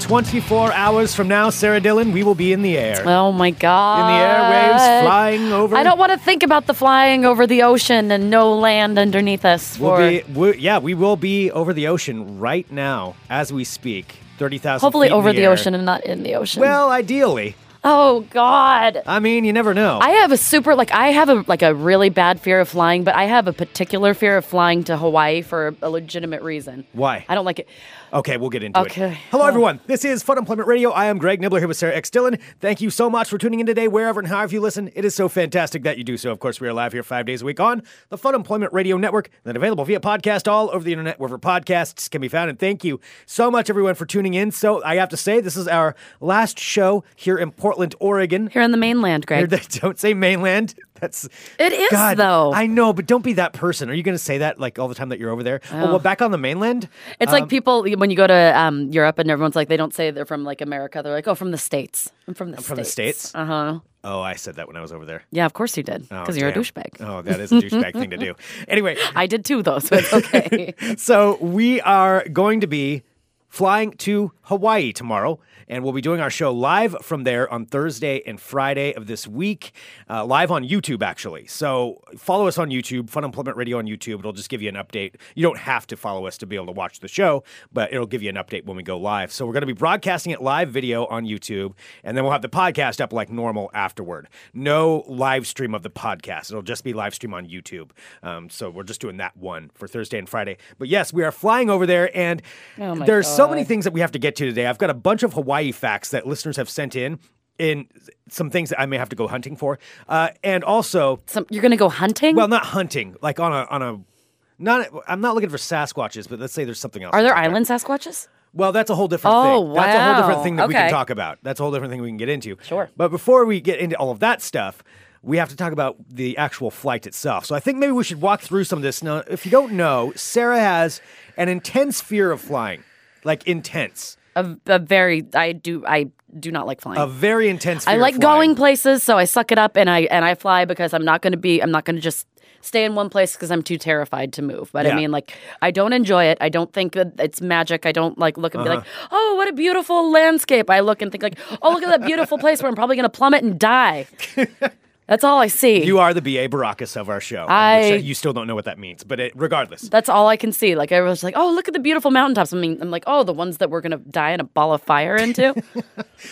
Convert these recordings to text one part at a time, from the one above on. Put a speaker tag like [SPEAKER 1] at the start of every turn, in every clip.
[SPEAKER 1] 24 hours from now, Sarah Dillon, we will be in the air.
[SPEAKER 2] Oh my
[SPEAKER 1] in
[SPEAKER 2] God.
[SPEAKER 1] the airwaves, flying over.
[SPEAKER 2] Uh, I don't want to think about the flying over the ocean and no land underneath us.
[SPEAKER 1] We'll
[SPEAKER 2] for-
[SPEAKER 1] be, we yeah, we will be over the ocean right now as we speak. 30,000
[SPEAKER 2] hopefully
[SPEAKER 1] feet in
[SPEAKER 2] over the,
[SPEAKER 1] air.
[SPEAKER 2] ocean and not in the ocean.
[SPEAKER 1] Well, ideally.
[SPEAKER 2] oh God.
[SPEAKER 1] I mean, you never know.
[SPEAKER 2] I have a super like I have a like a really bad fear of flying, but I have a particular fear of flying to Hawaii for a legitimate reason.
[SPEAKER 1] Why?
[SPEAKER 2] I don't like it.
[SPEAKER 1] Okay, we'll get into it.
[SPEAKER 2] Okay.
[SPEAKER 1] Hello, everyone. This is Fun Employment Radio. I am Greg Nibbler here with Sarah X. Dillon. Thank you so much for tuning in today, wherever and however you listen. It is so fantastic that you do so. Of course, we are live here five days a week on the Fun Employment Radio Network, and then available via podcast all over the internet, wherever podcasts can be found. And thank you so much, everyone, for tuning in. So I have to say, this is our last show here in Portland, Oregon.
[SPEAKER 2] Here on the mainland, Greg.
[SPEAKER 1] Don't say mainland. That's
[SPEAKER 2] It is,
[SPEAKER 1] God,
[SPEAKER 2] though.
[SPEAKER 1] I know, but don't be that person. Are you going to say that like all the time that you're over there? Oh, well, back on the mainland. um,
[SPEAKER 2] It's like people when you go to um, Europe and everyone's like they don't say they're from like America. They're like, oh, from the states. I'm from the states.
[SPEAKER 1] from the States?
[SPEAKER 2] Uh huh.
[SPEAKER 1] Oh, I said that when I was over there.
[SPEAKER 2] Yeah, of course you did because you're a
[SPEAKER 1] damn.
[SPEAKER 2] douchebag.
[SPEAKER 1] Oh, that is a douchebag thing to do. Anyway,
[SPEAKER 2] I did too, though, so it's okay.
[SPEAKER 1] so we are going to be flying to Hawaii tomorrow, and we'll be doing our show live from there on Thursday and Friday of this week, uh, live on YouTube, actually. So follow us on YouTube, Fun Employment Radio on YouTube. It'll just give you an update. You don't have to follow us to be able to watch the show, but it'll give you an update when we go live. So we're going to be broadcasting it live video on YouTube, and then we'll have the podcast up like normal afterward. No live stream of the podcast. It'll just be live stream on YouTube. Um, so we're just doing that one for Thursday and Friday. But yes, we are flying over there, and
[SPEAKER 2] Oh my
[SPEAKER 1] there's so many
[SPEAKER 2] God.
[SPEAKER 1] things that we have to get to today. I've got a bunch of Hawaii facts that listeners have sent in. In some things that I may have to go hunting for, uh, and also
[SPEAKER 2] Some, you're gonna go hunting?
[SPEAKER 1] well, not hunting, like on a on a. Not, I'm not looking for Sasquatches, but let's say there's something else.
[SPEAKER 2] Are there
[SPEAKER 1] that's out
[SPEAKER 2] island Sasquatches?
[SPEAKER 1] well, that's a whole different
[SPEAKER 2] Oh,
[SPEAKER 1] thing. That's a whole different
[SPEAKER 2] wow.
[SPEAKER 1] thing that we can
[SPEAKER 2] Okay.
[SPEAKER 1] talk about. That's a whole different thing we can get into.
[SPEAKER 2] Sure.
[SPEAKER 1] But before we get into all of that stuff, we have to talk about the actual flight itself. So I think maybe we should walk through some of this. Now, if you don't know, Sarah has an intense fear of flying, like intense,
[SPEAKER 2] A, a very I do I do not like flying.
[SPEAKER 1] a very intense. Fear
[SPEAKER 2] I
[SPEAKER 1] of
[SPEAKER 2] like
[SPEAKER 1] flying.
[SPEAKER 2] going places, so I suck it up and I and I fly because I'm not gonna be I'm not gonna just stay in one place because I'm too terrified to move. But
[SPEAKER 1] Yeah.
[SPEAKER 2] I mean, like I don't enjoy it. I don't think that it's magic. I don't like look and be like,
[SPEAKER 1] Uh-huh.
[SPEAKER 2] oh, what a beautiful landscape. I look and think like, oh, look at that beautiful place where I'm probably gonna plummet and die. That's all I see.
[SPEAKER 1] You are the B.A. Baracus of our show.
[SPEAKER 2] I-
[SPEAKER 1] which, uh, you still don't know what that means, but it, regardless.
[SPEAKER 2] That's all I can see. Like everyone's like, "Oh, look at the beautiful mountaintops." I mean, I'm like, "Oh, the ones that we're gonna die in a ball of fire into."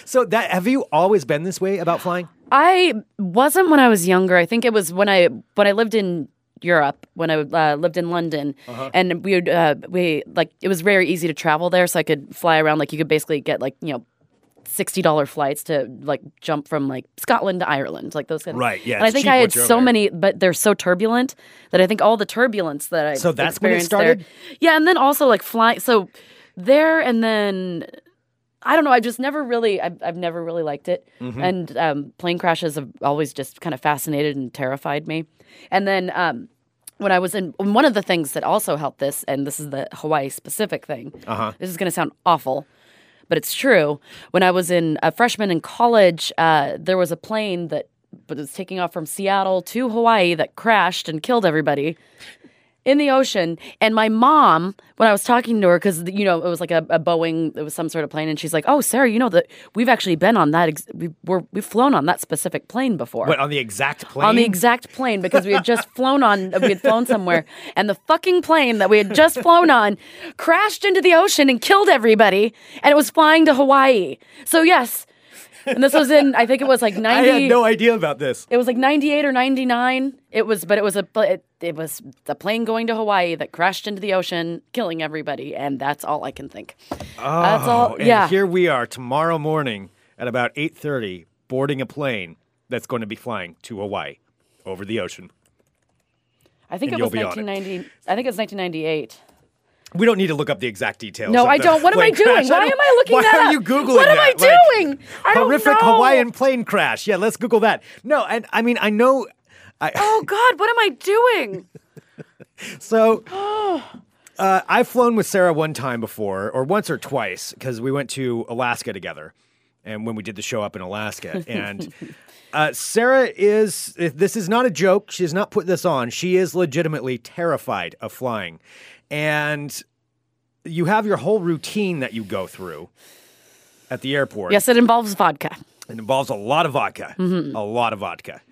[SPEAKER 1] So that have you always been this way about flying?
[SPEAKER 2] I wasn't when I was younger. I think it was when I when I lived in Europe, when I uh, lived in London, and we would uh, we like it was very easy to travel there, so I could fly around. Like you could basically get like you know. Sixty dollar flights to like jump from like Scotland to Ireland, like those kind of
[SPEAKER 1] Right, yeah,
[SPEAKER 2] And I
[SPEAKER 1] it's
[SPEAKER 2] think
[SPEAKER 1] cheap
[SPEAKER 2] I had
[SPEAKER 1] once you're
[SPEAKER 2] so
[SPEAKER 1] over there.
[SPEAKER 2] many, but they're so turbulent that I think all the turbulence that I
[SPEAKER 1] So that's when it
[SPEAKER 2] experienced there-
[SPEAKER 1] started?
[SPEAKER 2] Yeah, and then also like flying. So there and then I don't know. I just never really, I've, I've never really liked it.
[SPEAKER 1] Mm-hmm.
[SPEAKER 2] And um, plane crashes have always just kind of fascinated and terrified me. And then um, when I was in, one of the things that also helped this, and this is the Hawaii specific thing. Uh-huh. This is going to sound awful, but it's true. When I was in a freshman in college, uh, there was a plane that was taking off from Seattle to Hawaii that crashed and killed everybody in the ocean. And my mom, when I was talking to her, because you know it was like a, a Boeing, it was some sort of plane, and she's like, "Oh, Sarah, you know that we've actually been on that. Ex- we, we're, we've flown on that specific plane before."
[SPEAKER 1] What on the exact plane?
[SPEAKER 2] On the exact plane because we had just flown on, we had flown somewhere, and the fucking plane that we had just flown on crashed into the ocean and killed everybody, and it was flying to Hawaii. So yes, and this was in, I think it was like
[SPEAKER 1] I
[SPEAKER 2] ninety.
[SPEAKER 1] had no idea about this.
[SPEAKER 2] It was like 98 or 99. It was, but it was a pl- it, it was the plane going to Hawaii that crashed into the ocean, killing everybody, and that's all I can think. Oh, that's all.
[SPEAKER 1] and
[SPEAKER 2] yeah.
[SPEAKER 1] here we are tomorrow morning at about 8.30 boarding a plane that's going to be flying to hawaii over the ocean
[SPEAKER 2] I think
[SPEAKER 1] and
[SPEAKER 2] it
[SPEAKER 1] you'll
[SPEAKER 2] was
[SPEAKER 1] be on it.
[SPEAKER 2] 1990. I think it was 1998.
[SPEAKER 1] we don't need to look up the exact details
[SPEAKER 2] No,
[SPEAKER 1] of
[SPEAKER 2] I
[SPEAKER 1] the
[SPEAKER 2] don't. What am I
[SPEAKER 1] plane
[SPEAKER 2] doing?
[SPEAKER 1] crash.
[SPEAKER 2] Why am I looking
[SPEAKER 1] why
[SPEAKER 2] that
[SPEAKER 1] are
[SPEAKER 2] up?
[SPEAKER 1] you googling
[SPEAKER 2] What am
[SPEAKER 1] that?
[SPEAKER 2] I
[SPEAKER 1] Like,
[SPEAKER 2] doing? I don't
[SPEAKER 1] horrific
[SPEAKER 2] know.
[SPEAKER 1] hawaiian plane crash yeah let's google that no and i mean i know I,
[SPEAKER 2] Oh God, what am I doing?
[SPEAKER 1] so uh, I've flown with Sarah one time before, or once or twice, because we went to Alaska together, and when we did the show up in Alaska, and uh, Sarah is if this is not a joke. She has not put this on. She is legitimately terrified of flying, and you have your whole routine that you go through at the airport.
[SPEAKER 2] Yes, it involves vodka.
[SPEAKER 1] it involves a lot of vodka, a lot of vodka.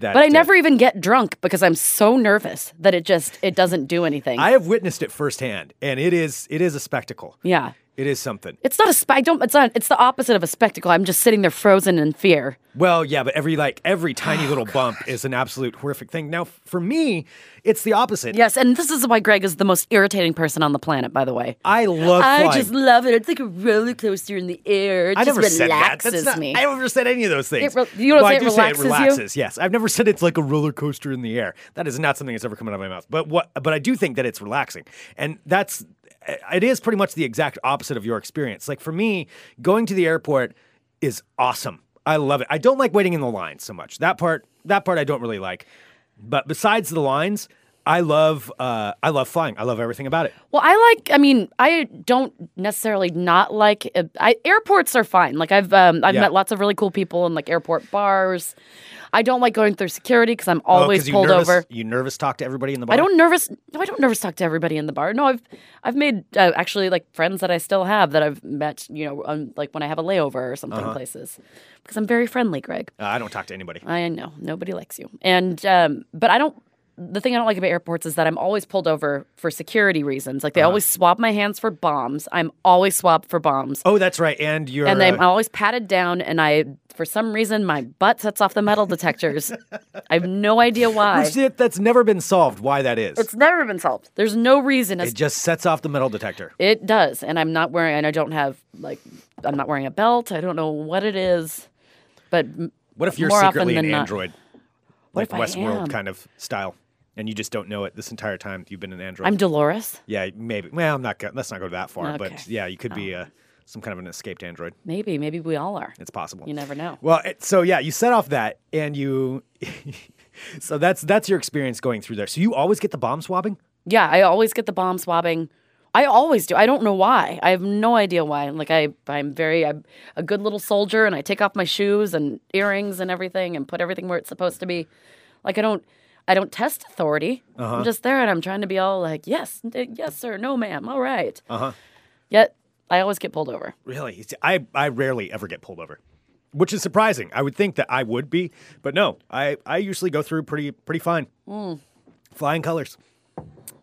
[SPEAKER 1] That,
[SPEAKER 2] But I
[SPEAKER 1] uh,
[SPEAKER 2] never even get drunk because I'm so nervous that it just it doesn't do anything.
[SPEAKER 1] I have witnessed it firsthand, and it is it is a spectacle.
[SPEAKER 2] yeah.
[SPEAKER 1] It is something.
[SPEAKER 2] It's not a spe- I don't it's not it's the opposite of a spectacle. I'm just sitting there frozen in fear.
[SPEAKER 1] Well, yeah, but every like
[SPEAKER 2] Oh,
[SPEAKER 1] every tiny little bump is an absolute horrific thing. Now, f- for me, it's the opposite.
[SPEAKER 2] Yes, and this is why Greg is the most irritating person on the planet, by the way.
[SPEAKER 1] I love flying.
[SPEAKER 2] I just love it. It's like a roller coaster in the air. It
[SPEAKER 1] I
[SPEAKER 2] just
[SPEAKER 1] never
[SPEAKER 2] relaxes
[SPEAKER 1] said that. That's not-
[SPEAKER 2] me.
[SPEAKER 1] I never said any of those things.
[SPEAKER 2] re- you don't
[SPEAKER 1] Well,
[SPEAKER 2] say
[SPEAKER 1] I
[SPEAKER 2] it
[SPEAKER 1] do say it
[SPEAKER 2] relaxes you?
[SPEAKER 1] relaxes. Yes, I've never said it's like a roller coaster in the air. That is not something that's ever come out of my mouth. But what? But I do think that it's relaxing, and that's it is pretty much the exact opposite of your experience. Like for me, going to the airport is awesome. I love it. I don't like waiting in the line so much. That part, that part, I don't really like. But besides the lines, I love, uh, I love flying. I love everything about it.
[SPEAKER 2] Well, I like. I mean, I don't necessarily not like. uh, I, airports are fine. Like I've um, I've
[SPEAKER 1] Yeah.
[SPEAKER 2] met lots of really cool people in like airport bars. I don't like going through security because I'm always
[SPEAKER 1] Oh, you
[SPEAKER 2] pulled
[SPEAKER 1] nervous,
[SPEAKER 2] over.
[SPEAKER 1] You nervous talk to everybody in the bar.
[SPEAKER 2] I don't nervous. No, I don't nervous talk to everybody in the bar. No, I've I've made uh, actually like friends that I still have that I've met. You know, on, like when I have a layover or
[SPEAKER 1] Uh-huh.
[SPEAKER 2] something places, because I'm very friendly, Greg.
[SPEAKER 1] Uh, I don't talk to anybody.
[SPEAKER 2] I know nobody likes you, and um, but I don't. The thing I don't like about airports is that I'm always pulled over for security reasons. Like they
[SPEAKER 1] Uh-huh.
[SPEAKER 2] always swab my hands for bombs. I'm always swabbed for bombs,
[SPEAKER 1] Oh, that's right. And you're
[SPEAKER 2] and I'm
[SPEAKER 1] uh,
[SPEAKER 2] always patted down. And I, for some reason, my butt sets off the metal detectors. I have no idea why.
[SPEAKER 1] that's it. That's never been solved. Why that is?
[SPEAKER 2] It's never been solved. There's no reason. As
[SPEAKER 1] it just sets off the metal detector.
[SPEAKER 2] It does, and I'm not wearing. And I don't have like I'm not wearing a belt. I don't know what it is, but m-
[SPEAKER 1] What if you're
[SPEAKER 2] more
[SPEAKER 1] secretly
[SPEAKER 2] often
[SPEAKER 1] an
[SPEAKER 2] than not-
[SPEAKER 1] android, like
[SPEAKER 2] if I
[SPEAKER 1] Westworld
[SPEAKER 2] am?
[SPEAKER 1] kind of style, and you just don't know it this entire time you've been an android?
[SPEAKER 2] I'm Dolores.
[SPEAKER 1] yeah, maybe. Well, I'm not. Go- let's not go that far.
[SPEAKER 2] Okay. Oh.
[SPEAKER 1] But yeah, you could be uh, some kind of an escaped android.
[SPEAKER 2] Maybe, maybe we all are.
[SPEAKER 1] It's possible.
[SPEAKER 2] You never know.
[SPEAKER 1] Well, it, so yeah, you set off that, and you. so that's that's your experience going through there. So you always get the bomb swabbing.
[SPEAKER 2] Yeah, I always get the bomb swabbing. I always do. I don't know why. I have no idea why. Like I, I'm very, I'm a good little soldier, and I take off my shoes and earrings and everything, and put everything where it's supposed to be. Like I don't, I don't test authority. I'm just there, and I'm trying to be all like, yes, n- yes, sir, no, ma'am, all right. Uh huh. Yet I always get pulled over.
[SPEAKER 1] Really? See, I, I rarely ever get pulled over, which is surprising. I would think that I would be, but no, I, I usually go through pretty pretty fine. Flying colors,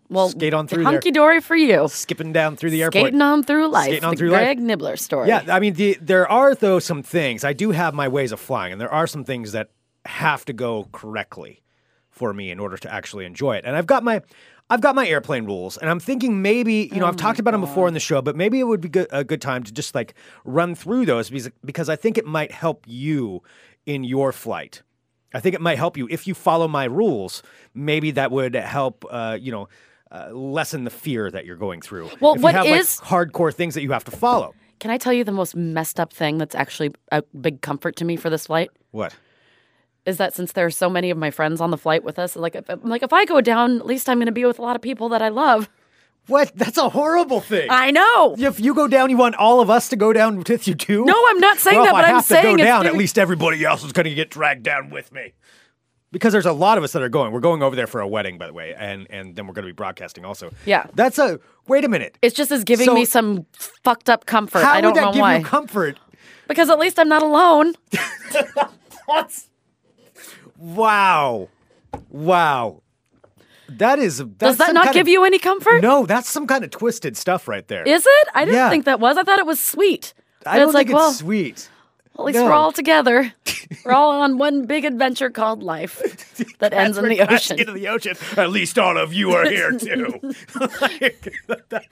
[SPEAKER 2] Well,
[SPEAKER 1] Skate on through there.
[SPEAKER 2] hunky dory for you.
[SPEAKER 1] skipping down through the airport.
[SPEAKER 2] Skating on through life.
[SPEAKER 1] Skating on
[SPEAKER 2] the
[SPEAKER 1] through life.
[SPEAKER 2] Greg Nibbler story.
[SPEAKER 1] Yeah, I mean, the, there are, though, some things. I do have my ways of flying, and there are some things that have to go correctly for me in order to actually enjoy it. And I've got my. I've got my airplane rules, and I'm thinking maybe,
[SPEAKER 2] Oh
[SPEAKER 1] you know, I've talked about them before in the show, but maybe it would be good, a good time to just like run through those because, because I think it might help you in your flight. I think it might help you if you follow my rules. Maybe that would help, uh, you know, uh, lessen the fear that you're going through.
[SPEAKER 2] Well,
[SPEAKER 1] if you
[SPEAKER 2] what
[SPEAKER 1] have,
[SPEAKER 2] is-
[SPEAKER 1] like, hardcore things that you have to follow?
[SPEAKER 2] Can I tell you the most messed up thing that's actually a big comfort to me for this flight?
[SPEAKER 1] What?
[SPEAKER 2] is that since there are so many of my friends on the flight with us, like if, I'm like if I go down, at least I'm going to be with a lot of people that I love.
[SPEAKER 1] What? That's a horrible thing.
[SPEAKER 2] I know.
[SPEAKER 1] if you go down, you want all of us to go down with you too?
[SPEAKER 2] No, I'm not saying
[SPEAKER 1] well,
[SPEAKER 2] that,
[SPEAKER 1] If
[SPEAKER 2] but
[SPEAKER 1] I
[SPEAKER 2] I'm
[SPEAKER 1] have to
[SPEAKER 2] saying
[SPEAKER 1] go
[SPEAKER 2] it's
[SPEAKER 1] down, at
[SPEAKER 2] doing-
[SPEAKER 1] least everybody else is going to get dragged down with me. Because there's a lot of us that are going. We're going over there for a wedding, by the way, and and then we're going to be broadcasting also.
[SPEAKER 2] Yeah.
[SPEAKER 1] That's a wait a minute.
[SPEAKER 2] It's just is giving
[SPEAKER 1] So-
[SPEAKER 2] me some fucked up comfort.
[SPEAKER 1] How
[SPEAKER 2] I don't
[SPEAKER 1] would that
[SPEAKER 2] know
[SPEAKER 1] give
[SPEAKER 2] why.
[SPEAKER 1] you comfort?
[SPEAKER 2] because at least I'm not alone.
[SPEAKER 1] What? Wow, wow. That is. That's
[SPEAKER 2] Does that
[SPEAKER 1] some
[SPEAKER 2] not
[SPEAKER 1] kind
[SPEAKER 2] give
[SPEAKER 1] of-
[SPEAKER 2] you any comfort?
[SPEAKER 1] No, that's some kind of twisted stuff right there.
[SPEAKER 2] Is it? I didn't
[SPEAKER 1] Yeah.
[SPEAKER 2] think that was. I thought it was sweet.
[SPEAKER 1] I
[SPEAKER 2] And
[SPEAKER 1] don't
[SPEAKER 2] it's like,
[SPEAKER 1] think
[SPEAKER 2] well,
[SPEAKER 1] it's sweet.
[SPEAKER 2] at least
[SPEAKER 1] no.
[SPEAKER 2] we're all together. we're all on one big adventure called life that ends in the
[SPEAKER 1] Let's
[SPEAKER 2] ocean.
[SPEAKER 1] get in the ocean. At least all of you are here too. Like, that,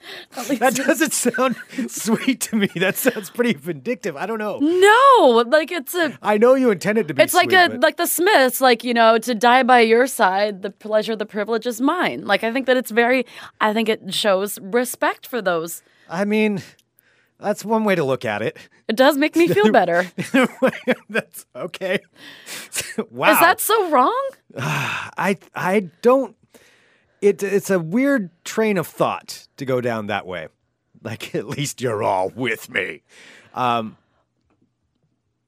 [SPEAKER 1] that doesn't sound sweet to me. That sounds pretty vindictive. I don't know.
[SPEAKER 2] no, like it's a
[SPEAKER 1] I know you intended to be.
[SPEAKER 2] Mm. It's like
[SPEAKER 1] sweet,
[SPEAKER 2] a
[SPEAKER 1] but-
[SPEAKER 2] like the Smiths, like you know, to die by your side, the pleasure, the privilege is mine. Like I think that it's very, I think it shows respect for those.
[SPEAKER 1] I mean, that's one way to look at it.
[SPEAKER 2] It does make me feel better.
[SPEAKER 1] that's okay. wow.
[SPEAKER 2] Is that so wrong?
[SPEAKER 1] I I don't. it it's a weird train of thought to go down that way. Like at least you're all with me. Um,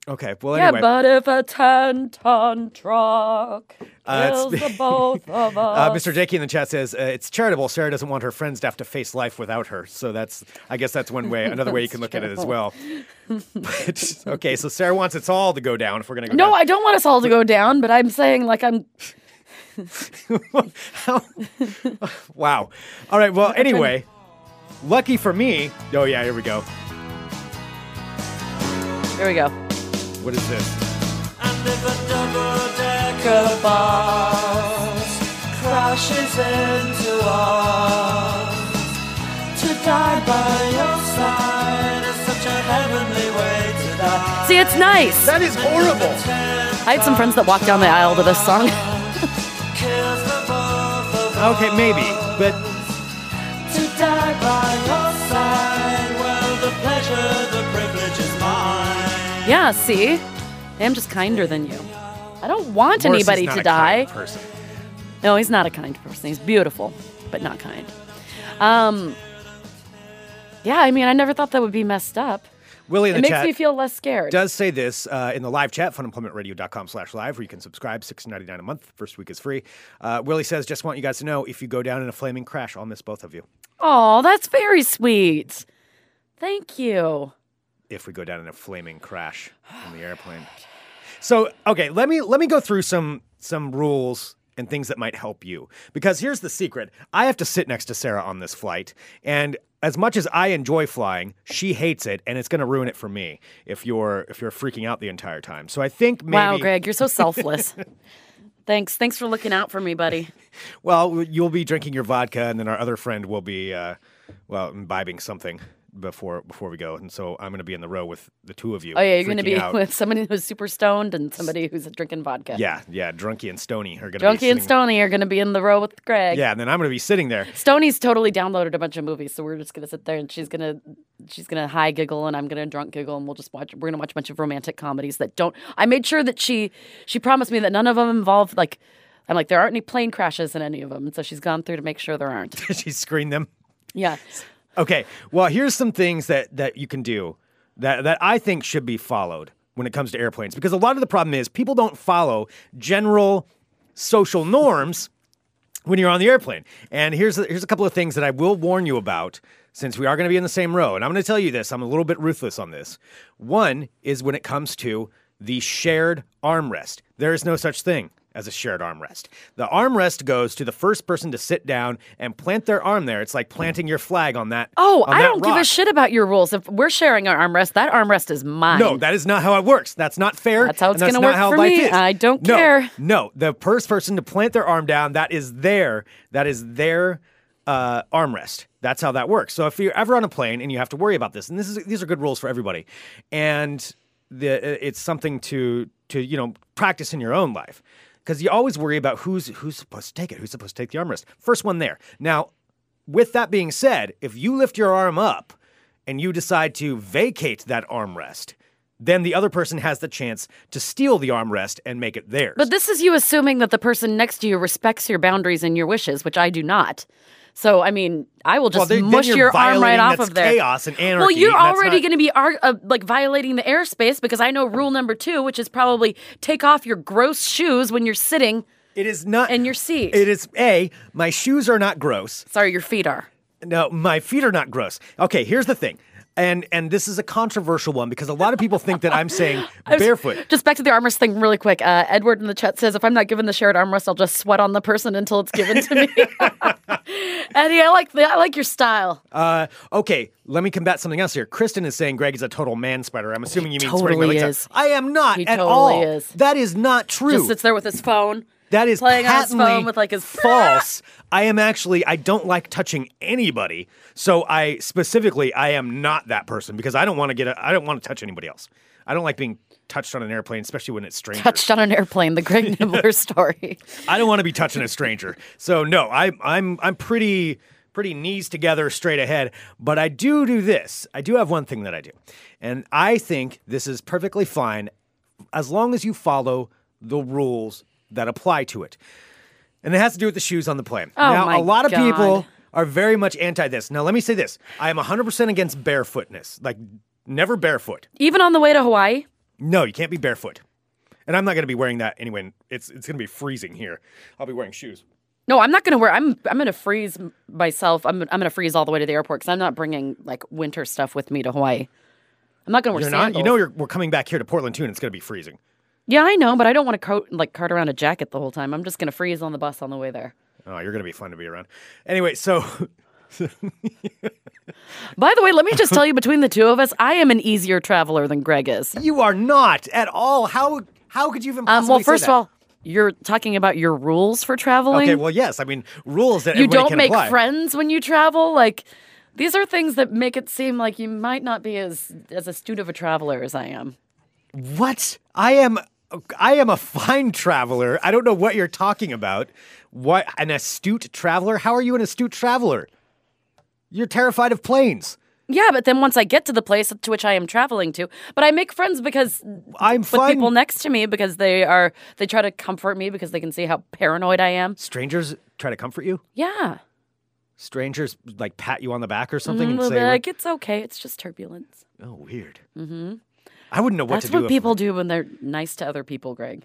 [SPEAKER 1] okay. Well,
[SPEAKER 2] Yeah,
[SPEAKER 1] anyway,
[SPEAKER 2] but if a ten ton truck
[SPEAKER 1] Uh, it's-
[SPEAKER 2] kills the both of
[SPEAKER 1] uh,
[SPEAKER 2] us,
[SPEAKER 1] Mr. Jakey in the chat says uh, it's charitable. Sarah doesn't want her friends to have to face life without her. So that's I guess that's one way. Another way you can look at it as well. But, okay. So Sarah wants it's all to go down. If we're gonna go
[SPEAKER 2] No,
[SPEAKER 1] down.
[SPEAKER 2] I don't want us all to go down, but I'm saying like I'm
[SPEAKER 1] How- wow. All right. Well, anyway, lucky for me. Oh yeah, here we go.
[SPEAKER 2] There we go.
[SPEAKER 1] What is this?
[SPEAKER 2] See, it's nice.
[SPEAKER 1] That is horrible.
[SPEAKER 2] I had some friends that walked down the aisle to this song.
[SPEAKER 1] Okay, maybe, but
[SPEAKER 2] yeah, see? I'm just kinder than you. I don't want
[SPEAKER 1] Morris is
[SPEAKER 2] anybody
[SPEAKER 1] not
[SPEAKER 2] to
[SPEAKER 1] a
[SPEAKER 2] die.
[SPEAKER 1] kind person.
[SPEAKER 2] No, he's not a kind person. He's beautiful, but not kind. Um Yeah, I mean, I never thought that would be messed up.
[SPEAKER 1] Willie in
[SPEAKER 2] It
[SPEAKER 1] the
[SPEAKER 2] makes
[SPEAKER 1] chat
[SPEAKER 2] me feel less scared.
[SPEAKER 1] does say this uh, in the live chat, funemploymentradio.com slash live, where you can subscribe, six ninety nine a month. First week is free. Uh, Willie says, just want you guys to know, if you go down in a flaming crash, I'll miss both of you.
[SPEAKER 2] oh, that's very sweet. Thank you.
[SPEAKER 1] if we go down in a flaming crash on the airplane. So, okay, let me let me go through some some rules and things that might help you. Because here's the secret. I have to sit next to Sarah on this flight and as much as I enjoy flying, she hates it and it's going to ruin it for me if you're if you're freaking out the entire time. So I think maybe
[SPEAKER 2] Wow, Greg, you're so selfless. Thanks. Thanks for looking out for me, buddy.
[SPEAKER 1] well, you'll be drinking your vodka and then our other friend will be uh well, imbibing something before before we go. And so I'm going to be in the row with the two of you.
[SPEAKER 2] Oh yeah, you're going to
[SPEAKER 1] freaking
[SPEAKER 2] be
[SPEAKER 1] out.
[SPEAKER 2] with somebody who's super stoned and somebody who's drinking vodka.
[SPEAKER 1] Yeah, yeah, Drunky and Stony are gonna be
[SPEAKER 2] Drunky and
[SPEAKER 1] sitting-
[SPEAKER 2] Stony are going to be in the row with Greg.
[SPEAKER 1] Yeah, and then I'm gonna be sitting there.
[SPEAKER 2] Stony's totally downloaded a bunch of movies, so we're just going to sit there and she's going to she's going to high giggle and I'm going to drunk giggle and we'll just watch we're going to watch a bunch of romantic comedies that don't I made sure that she she promised me that none of them involve like I'm like there aren't any plane crashes in any of them, and so she's gone through to make sure there aren't.
[SPEAKER 1] she screened them.
[SPEAKER 2] Yeah.
[SPEAKER 1] Okay, well, here's some things that that you can do that that I think should be followed when it comes to airplanes because a lot of the problem is people don't follow general social norms when you're on the airplane. And here's here's a couple of things that I will warn you about since we are going to be in the same row. And I'm going to tell you this, I'm a little bit ruthless on this. One is when it comes to the shared armrest. There is no such thing as a shared armrest. The armrest goes to the first person to sit down and plant their arm there. It's like planting your flag on that.
[SPEAKER 2] Oh,
[SPEAKER 1] on
[SPEAKER 2] I
[SPEAKER 1] that
[SPEAKER 2] don't give a
[SPEAKER 1] rock.
[SPEAKER 2] shit about your rules. If we're sharing our armrest, that armrest is mine.
[SPEAKER 1] No, that is not how it works. That's not fair.
[SPEAKER 2] That's how it's
[SPEAKER 1] and
[SPEAKER 2] gonna
[SPEAKER 1] not
[SPEAKER 2] work
[SPEAKER 1] how
[SPEAKER 2] for
[SPEAKER 1] life
[SPEAKER 2] me.
[SPEAKER 1] Is.
[SPEAKER 2] I don't
[SPEAKER 1] No,
[SPEAKER 2] care.
[SPEAKER 1] No, the first person to plant their arm down, that is their that is their uh, armrest. That's how that works. So if you're ever on a plane and you have to worry about this, and this is these are good rules for everybody, and the, uh, it's something to to you know practice in your own life because you always worry about who's who's supposed to take it, who's supposed to take the armrest. First one there. Now, with that being said, if you lift your arm up and you decide to vacate that armrest, then the other person has the chance to steal the armrest and make it theirs.
[SPEAKER 2] But this is you assuming that the person next to you respects your boundaries and your wishes, which I do not. So I mean, I will just
[SPEAKER 1] Well, then- then
[SPEAKER 2] mush
[SPEAKER 1] you're
[SPEAKER 2] your arm right
[SPEAKER 1] violating-
[SPEAKER 2] off
[SPEAKER 1] that's
[SPEAKER 2] of there.
[SPEAKER 1] chaos and
[SPEAKER 2] Well,
[SPEAKER 1] anarchy,
[SPEAKER 2] you're
[SPEAKER 1] and that's
[SPEAKER 2] already
[SPEAKER 1] not-
[SPEAKER 2] going to be ar- uh, like violating the airspace because I know rule number two, which is probably take off your gross shoes when you're sitting.
[SPEAKER 1] it is not.
[SPEAKER 2] And your seat.
[SPEAKER 1] It is a. My shoes are not gross.
[SPEAKER 2] Sorry, your feet are.
[SPEAKER 1] No, my feet are not gross. Okay, here's the thing, and and this is a controversial one because a lot of people think that I'm saying
[SPEAKER 2] I was-
[SPEAKER 1] barefoot.
[SPEAKER 2] Just back to the armrest thing, really quick. Uh, Edward in the chat says, "If I'm not given the shared armrest, I'll just sweat on the person until it's given to me." Eddie, I like the, I like your style.
[SPEAKER 1] Uh, okay, let me combat something else here. Kristen is saying Greg is a total man spreader. I'm assuming you mean spreading my
[SPEAKER 2] totally
[SPEAKER 1] legs out.
[SPEAKER 2] is.
[SPEAKER 1] I am not
[SPEAKER 2] He
[SPEAKER 1] at
[SPEAKER 2] totally
[SPEAKER 1] all.
[SPEAKER 2] is.
[SPEAKER 1] That is not true.
[SPEAKER 2] Just sits there with his phone.
[SPEAKER 1] That is
[SPEAKER 2] playing on his
[SPEAKER 1] patently
[SPEAKER 2] phone with, like, his-
[SPEAKER 1] false. I am actually I don't like touching anybody. So I specifically I am not that person because I don't want to get a, I don't want to touch anybody else. I don't like being touched on an airplane, especially when it's strangers.
[SPEAKER 2] touched on an airplane, the Greg Nibbler story.
[SPEAKER 1] I don't want to be touching a stranger. So no, I, I'm I'm pretty pretty knees together, straight ahead. But I do do this. I do have one thing that I do, and I think this is perfectly fine as long as you follow the rules that apply to it. and it has to do with the shoes on the plane.
[SPEAKER 2] Oh,
[SPEAKER 1] now,
[SPEAKER 2] my
[SPEAKER 1] a lot of
[SPEAKER 2] God.
[SPEAKER 1] people are very much anti this. Now, let me say this I am 100% against barefootness. Like, never barefoot.
[SPEAKER 2] Even on the way to Hawaii,
[SPEAKER 1] No, you can't be barefoot. And I'm not going to be wearing that anyway. It's, it's going to be freezing here. I'll be wearing shoes.
[SPEAKER 2] no, I'm not gonna wear. I'm I'm gonna freeze m- myself. I'm I'm gonna freeze all the way to the airport because I'm not bringing like winter stuff with me to Hawaii. I'm not gonna wear
[SPEAKER 1] You're
[SPEAKER 2] sandals.
[SPEAKER 1] not. You know, you're, we're coming back here to Portland too, and it's going to be freezing.
[SPEAKER 2] yeah, I know, but I don't want to coat like cart around a jacket the whole time. I'm just gonna freeze on the bus on the way there.
[SPEAKER 1] Oh, you're going to be fun to be around. Anyway, so
[SPEAKER 2] By the way, let me just tell you, between the two of us, I am an easier traveler than Greg is.
[SPEAKER 1] you are not at all. How how could you even possibly
[SPEAKER 2] Um, well,
[SPEAKER 1] say
[SPEAKER 2] first of
[SPEAKER 1] that?
[SPEAKER 2] all, you're talking about your rules for traveling.
[SPEAKER 1] okay. Well, yes. I mean, rules that
[SPEAKER 2] you
[SPEAKER 1] everybody
[SPEAKER 2] don't
[SPEAKER 1] can
[SPEAKER 2] make
[SPEAKER 1] apply.
[SPEAKER 2] friends when you travel. Like these are things that make it seem like you might not be as as astute of a traveler as I am.
[SPEAKER 1] What? I am I am a fine traveler. I don't know what you're talking about. What an astute traveler? How are you an astute traveler? You're terrified of planes.
[SPEAKER 2] Yeah, but then once I get to the place to which I am traveling to, but I make friends because
[SPEAKER 1] I'm
[SPEAKER 2] with
[SPEAKER 1] fine.
[SPEAKER 2] people next to me because they are they try to comfort me because they can see how paranoid I am.
[SPEAKER 1] Strangers try to comfort you?
[SPEAKER 2] Yeah,
[SPEAKER 1] Strangers like pat you on the back or something
[SPEAKER 2] Mm,
[SPEAKER 1] and say
[SPEAKER 2] they're like it's okay, it's just turbulence.
[SPEAKER 1] Oh, weird. Mm-hmm. I wouldn't know what
[SPEAKER 2] That's
[SPEAKER 1] to do.
[SPEAKER 2] what
[SPEAKER 1] if-
[SPEAKER 2] people do when they're nice to other people, Greg.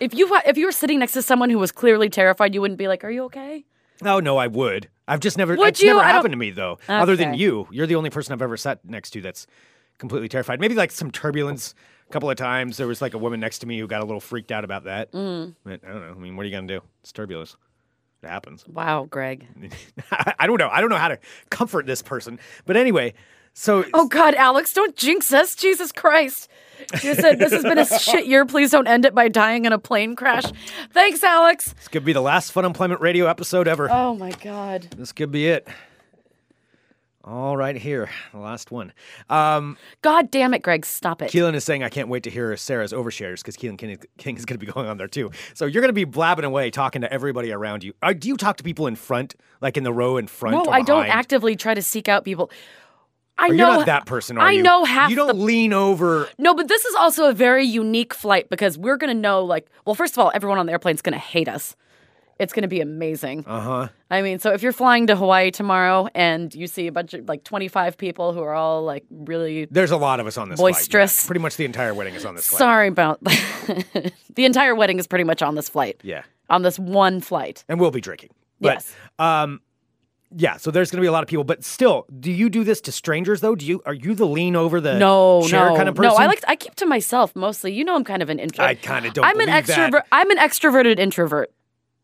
[SPEAKER 2] If you wa- if you were sitting next to someone who was clearly terrified, you wouldn't be like, "Are you okay?"
[SPEAKER 1] Oh no, I would. I've just never
[SPEAKER 2] Would
[SPEAKER 1] it's
[SPEAKER 2] you?
[SPEAKER 1] never
[SPEAKER 2] I don't-
[SPEAKER 1] happened to me though. Other than
[SPEAKER 2] Okay.
[SPEAKER 1] you. You're the only person I've ever sat next to that's completely terrified. Maybe like some turbulence a couple of times. There was like a woman next to me who got a little freaked out about that.
[SPEAKER 2] Mm-hmm.
[SPEAKER 1] But I don't know. I mean, what are you gonna do? It's turbulence. It happens.
[SPEAKER 2] Wow, Greg.
[SPEAKER 1] I don't know. I don't know how to comfort this person. But anyway, so
[SPEAKER 2] Oh God, Alex, don't jinx us. Jesus Christ. You said this has been a shit year. Please don't end it by dying in a plane crash. Thanks, Alex.
[SPEAKER 1] this could be the last Fun Employment Radio episode ever.
[SPEAKER 2] Oh my God.
[SPEAKER 1] this could be it. All right, here, the last one. Um,
[SPEAKER 2] God damn it, Greg. Stop it.
[SPEAKER 1] Keelan is saying, I can't wait to hear Sarah's overshares because Keelan King, King is going to be going on there too. So you're going to be blabbing away, talking to everybody around you. Uh, do you talk to people in front, like in the row in front?
[SPEAKER 2] No,
[SPEAKER 1] or
[SPEAKER 2] I don't
[SPEAKER 1] behind?
[SPEAKER 2] actively try to seek out people.
[SPEAKER 1] Or
[SPEAKER 2] I know
[SPEAKER 1] you're not that person, are
[SPEAKER 2] I
[SPEAKER 1] you?
[SPEAKER 2] know half
[SPEAKER 1] You don't
[SPEAKER 2] the-
[SPEAKER 1] lean over.
[SPEAKER 2] No, but this is also a very unique flight because we're going to know, like, well, first of all, everyone on the airplane's going to hate us. It's going to be amazing.
[SPEAKER 1] Uh huh.
[SPEAKER 2] I mean, so if you're flying to Hawaii tomorrow and you see a bunch of like 25 people who are all like really
[SPEAKER 1] There's a lot of us on this flight, yeah.
[SPEAKER 2] Boisterous.
[SPEAKER 1] Pretty much the entire wedding is on this flight.
[SPEAKER 2] Sorry about that. the entire wedding is pretty much on this flight.
[SPEAKER 1] Yeah,
[SPEAKER 2] On this one flight.
[SPEAKER 1] and we'll be drinking. But,
[SPEAKER 2] Yes.
[SPEAKER 1] Um, yeah. So there's going to be a lot of people, but still, do you do this to strangers though? Do you are you the lean over the
[SPEAKER 2] No,
[SPEAKER 1] chair
[SPEAKER 2] no,
[SPEAKER 1] kind of person?
[SPEAKER 2] no. I like. I keep to myself mostly. You know, I'm kind of an introvert.
[SPEAKER 1] I kinda don't
[SPEAKER 2] I'm an
[SPEAKER 1] believe that.
[SPEAKER 2] extrovert. I'm an extroverted introvert.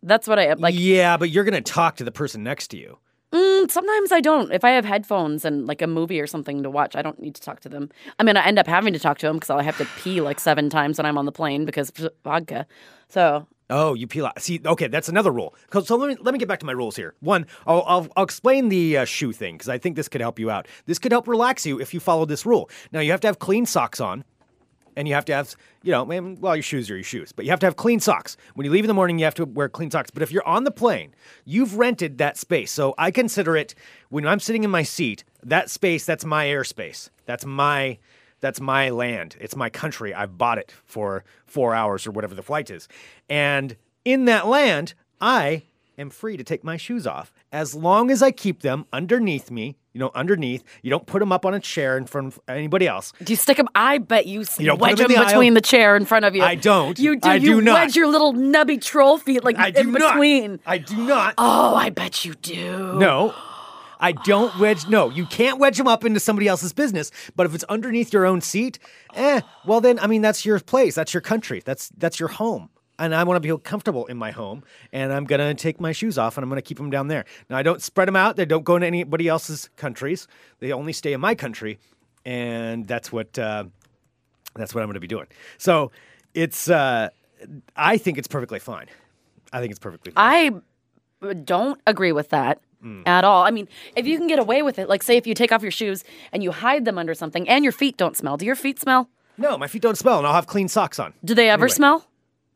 [SPEAKER 2] That's what I am. Like
[SPEAKER 1] yeah, but you're going to talk to the person next to you.
[SPEAKER 2] mm, sometimes I don't. If I have headphones and like a movie or something to watch, I don't need to talk to them. I mean, I end up having to talk to them because I'll have to pee like seven times when I'm on the plane because vodka. So
[SPEAKER 1] Oh, you peel out. See, okay, that's another rule. 'Cause- So let me let me get back to my rules here. One, I'll I'll, I'll explain the uh, shoe thing because I think this could help you out. This could help relax you if you follow this rule. Now you have to have clean socks on, and you have to have you know man, well your shoes are your shoes, but you have to have clean socks. When you leave in the morning, you have to wear clean socks. But if you're on the plane, you've rented that space, so I consider it when I'm sitting in my seat that space that's my airspace. That's my that's my land. It's my country. I've bought it for four hours or whatever the flight is. And in that land, I am free to take my shoes off as long as I keep them underneath me. You know, underneath. You don't put them up on a chair in front of anybody else.
[SPEAKER 2] do you stick them? I bet you, s-
[SPEAKER 1] You don't put
[SPEAKER 2] wedge
[SPEAKER 1] 'em in
[SPEAKER 2] them
[SPEAKER 1] the
[SPEAKER 2] between
[SPEAKER 1] aisle.
[SPEAKER 2] the chair in front of you.
[SPEAKER 1] I don't.
[SPEAKER 2] You do.
[SPEAKER 1] I
[SPEAKER 2] you
[SPEAKER 1] do not.
[SPEAKER 2] wedge your little nubby troll feet like
[SPEAKER 1] I do
[SPEAKER 2] in
[SPEAKER 1] not.
[SPEAKER 2] between.
[SPEAKER 1] I do not.
[SPEAKER 2] Oh, I bet you do.
[SPEAKER 1] No. I don't wedge. No, you can't wedge them up into somebody else's business. But if it's underneath your own seat, eh? Well, then I mean that's your place. That's your country. That's that's your home. And I want to feel comfortable in my home. And I'm gonna take my shoes off and I'm gonna keep them down there. Now I don't spread them out. They don't go into anybody else's countries. They only stay in my country. And that's what uh, that's what I'm gonna be doing. So it's. Uh, I think it's perfectly fine. I think it's perfectly fine.
[SPEAKER 2] I don't agree with that
[SPEAKER 1] Hmm.
[SPEAKER 2] at all. I mean, if you can get away with it, like say if you take off your shoes and you hide them under something and your feet don't smell, do your feet smell?
[SPEAKER 1] no, my feet don't smell, and I'll have clean socks on.
[SPEAKER 2] Do they ever
[SPEAKER 1] Anyway.
[SPEAKER 2] smell?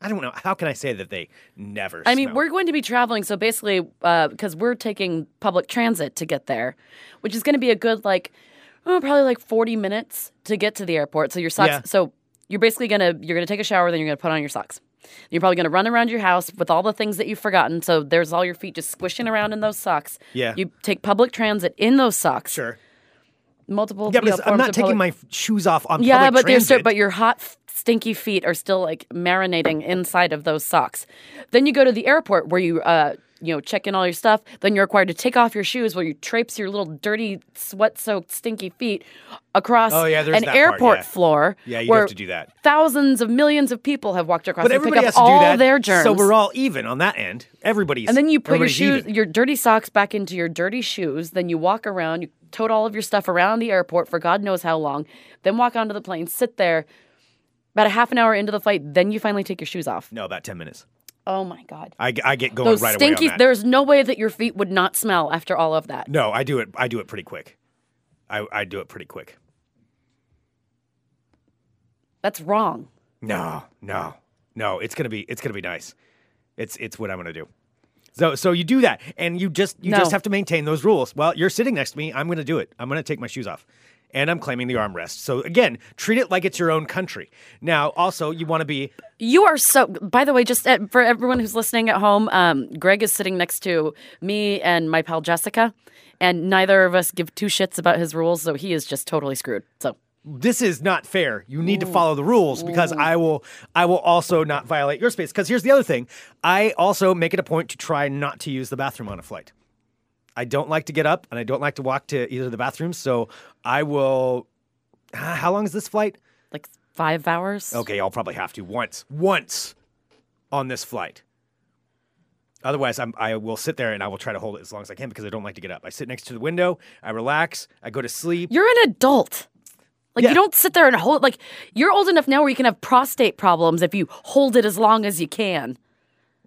[SPEAKER 1] I don't know. How can I say that they never?
[SPEAKER 2] I mean,
[SPEAKER 1] smell?
[SPEAKER 2] we're going to be traveling, so basically, because we're taking public transit to get there, which is going to be a good like, oh, probably like forty minutes to get to the airport. So your socks.
[SPEAKER 1] Yeah.
[SPEAKER 2] So you're basically gonna you're gonna take a shower, then you're gonna put on your socks. You're probably going to run around your house with all the things that you've forgotten. So there's all your feet just squishing around in those socks.
[SPEAKER 1] Yeah.
[SPEAKER 2] You take public transit in those socks.
[SPEAKER 1] Sure.
[SPEAKER 2] Multiple.
[SPEAKER 1] Yeah, but
[SPEAKER 2] you know,
[SPEAKER 1] it's- I'm
[SPEAKER 2] forms
[SPEAKER 1] not
[SPEAKER 2] of
[SPEAKER 1] taking
[SPEAKER 2] public-
[SPEAKER 1] my f- shoes off on
[SPEAKER 2] Yeah,
[SPEAKER 1] public
[SPEAKER 2] but they're still,
[SPEAKER 1] transit.
[SPEAKER 2] but your hot, f- stinky feet are still like marinating inside of those socks. Then you go to the airport where you, uh, you know, check in all your stuff. Then you're required to take off your shoes while you traipse your little dirty, sweat-soaked, stinky feet across
[SPEAKER 1] Oh, yeah, there's
[SPEAKER 2] an
[SPEAKER 1] that part,
[SPEAKER 2] airport
[SPEAKER 1] yeah.
[SPEAKER 2] floor.
[SPEAKER 1] Yeah, you'd
[SPEAKER 2] where
[SPEAKER 1] have to do that.
[SPEAKER 2] Thousands of millions of people have walked across
[SPEAKER 1] but
[SPEAKER 2] and pick
[SPEAKER 1] everybody has
[SPEAKER 2] up
[SPEAKER 1] to do
[SPEAKER 2] all
[SPEAKER 1] that.
[SPEAKER 2] their germs.
[SPEAKER 1] So we're all even on that end. Everybody's
[SPEAKER 2] And then you put your
[SPEAKER 1] everybody's
[SPEAKER 2] shoes,
[SPEAKER 1] even.
[SPEAKER 2] your dirty socks back into your dirty shoes. Then you walk around, you tote all of your stuff around the airport for God knows how long. Then walk onto the plane, sit there. About a half an hour into the flight, then you finally take your shoes off.
[SPEAKER 1] No, about ten minutes.
[SPEAKER 2] Oh my God.
[SPEAKER 1] I, I get going
[SPEAKER 2] Those
[SPEAKER 1] right
[SPEAKER 2] stinky,
[SPEAKER 1] away on that.
[SPEAKER 2] there's no way that your feet would not smell after all of that.
[SPEAKER 1] No, I do it. I do it pretty quick. I, I do it pretty quick.
[SPEAKER 2] That's wrong.
[SPEAKER 1] No, no, no. It's gonna be. It's gonna be nice. It's it's what I'm gonna do. So so you do that, and you just you
[SPEAKER 2] No.
[SPEAKER 1] just have to maintain those rules. Well, you're sitting next to me. I'm gonna do it. I'm gonna take my shoes off, and I'm claiming the armrest. So again, treat it like it's your own country. Now, also, you want to be
[SPEAKER 2] You are so. By the way, just uh for everyone who's listening at home, um, Greg is sitting next to me and my pal Jessica, and neither of us give two shits about his rules, so he is just totally screwed. So
[SPEAKER 1] this is not fair. You need to follow the rules because I will I will also not violate your space. Because here's the other thing. I also make it a point to try not to use the bathroom on a flight. I don't like to get up and I don't like to walk to either of the bathrooms. So I will Ah, how long is this flight?
[SPEAKER 2] like five hours.
[SPEAKER 1] Okay, I'll probably have to once. Once on this flight. Otherwise, I'm, I will sit there and I will try to hold it as long as I can because I don't like to get up. I sit next to the window, I relax, I go to sleep.
[SPEAKER 2] You're an adult. Like
[SPEAKER 1] Yeah.
[SPEAKER 2] you don't sit there and hold like you're old enough now where you can have prostate problems if you hold it as long as you can.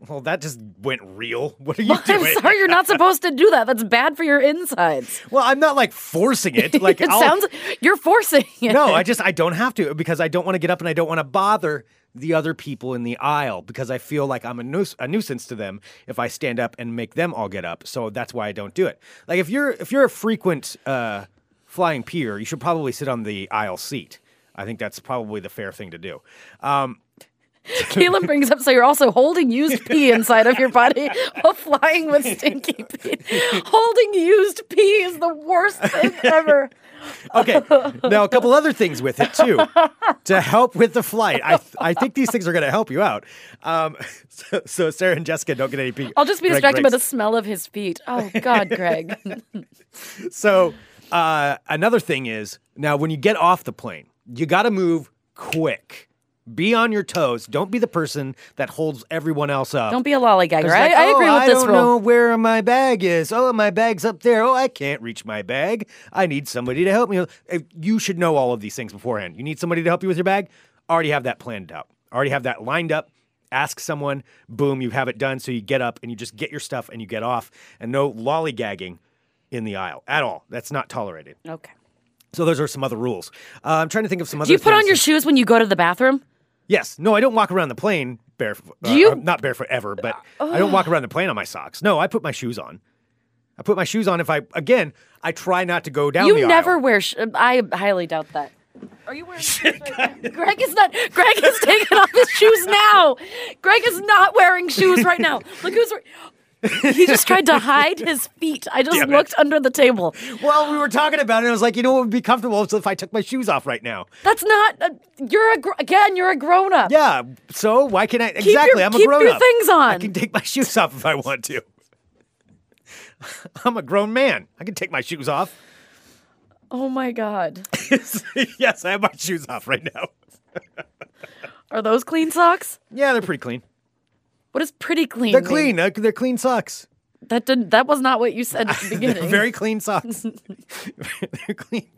[SPEAKER 1] Well, that just went real. What are you doing?
[SPEAKER 2] I'm sorry you're not supposed to do that. That's bad for your insides.
[SPEAKER 1] Well, I'm not like forcing it. Like
[SPEAKER 2] it
[SPEAKER 1] I'll-
[SPEAKER 2] sounds you're forcing it.
[SPEAKER 1] No, I just I don't have to because I don't want to get up and I don't want to bother the other people in the aisle because I feel like I'm a, nuis- a nuisance to them if I stand up and make them all get up. So that's why I don't do it. Like if you're if you're a frequent uh, flying peer, you should probably sit on the aisle seat. I think that's probably the fair thing to do. Um,
[SPEAKER 2] Caleb brings up so you're also holding used pee inside of your body while flying with stinky pee. Holding used pee is the worst thing ever.
[SPEAKER 1] Okay. Now, a couple other things with it too to help with the flight. I I think these things are going to help you out. Um, so, so Sarah and Jessica don't get any pee.
[SPEAKER 2] I'll just be
[SPEAKER 1] Greg
[SPEAKER 2] distracted by the
[SPEAKER 1] breaks.
[SPEAKER 2] smell of his feet. Oh God, Greg.
[SPEAKER 1] So uh, another thing is now when you get off the plane, you got to move quick. Be on your toes. Don't be the person that holds everyone else up.
[SPEAKER 2] Don't be a lollygagger.
[SPEAKER 1] It's
[SPEAKER 2] I,
[SPEAKER 1] like,
[SPEAKER 2] I agree
[SPEAKER 1] oh,
[SPEAKER 2] with
[SPEAKER 1] I
[SPEAKER 2] this
[SPEAKER 1] don't
[SPEAKER 2] rule.
[SPEAKER 1] know where my bag is. Oh, my bag's up there. Oh, I can't reach my bag. I need somebody to help me. Uh, You should know all of these things beforehand. You need somebody to help you with your bag. Already have that planned out. Already have that lined up. Ask someone. Boom, you have it done. So you get up and you just get your stuff and you get off, and no lollygagging in the aisle at all. That's not tolerated.
[SPEAKER 2] Okay.
[SPEAKER 1] So those are some other rules. Uh, I'm trying to think of some other.
[SPEAKER 2] Do you put on
[SPEAKER 1] things.
[SPEAKER 2] your shoes when you go to the bathroom?
[SPEAKER 1] Yes. No, I don't walk around the plane barefoot.
[SPEAKER 2] Do you- Oh.
[SPEAKER 1] uh, not barefoot ever, but I don't walk around the plane on my socks. No, I put my shoes on. I put my shoes on if I again, I try not to go down
[SPEAKER 2] you
[SPEAKER 1] the
[SPEAKER 2] never
[SPEAKER 1] aisle.
[SPEAKER 2] wear. Sh- I highly doubt that. Are you wearing shoes right now? Greg is not. Greg is taking off his shoes now. Greg is not wearing shoes right now. Look who's. wear- he just tried to hide his feet. I just
[SPEAKER 1] Damn it.
[SPEAKER 2] looked under the table.
[SPEAKER 1] Well, we were talking about it and I was like, you know what would be comfortable is if I took my shoes off right now.
[SPEAKER 2] That's not. A, you're a gr- again. You're a grown up.
[SPEAKER 1] Yeah. So why can't I
[SPEAKER 2] your-
[SPEAKER 1] exactly I'm a
[SPEAKER 2] keep your
[SPEAKER 1] grown up.
[SPEAKER 2] things
[SPEAKER 1] I
[SPEAKER 2] on.
[SPEAKER 1] can take my shoes off if I want to. I'm a grown man. I can take my shoes off.
[SPEAKER 2] Oh my god.
[SPEAKER 1] yes, I have my shoes off right now.
[SPEAKER 2] Are those clean socks?
[SPEAKER 1] Yeah, they're pretty clean.
[SPEAKER 2] What is pretty clean?
[SPEAKER 1] They're
[SPEAKER 2] mean?
[SPEAKER 1] clean. Uh, They're clean socks.
[SPEAKER 2] That didn't. That was not what you said at the beginning.
[SPEAKER 1] Very clean socks. They're clean.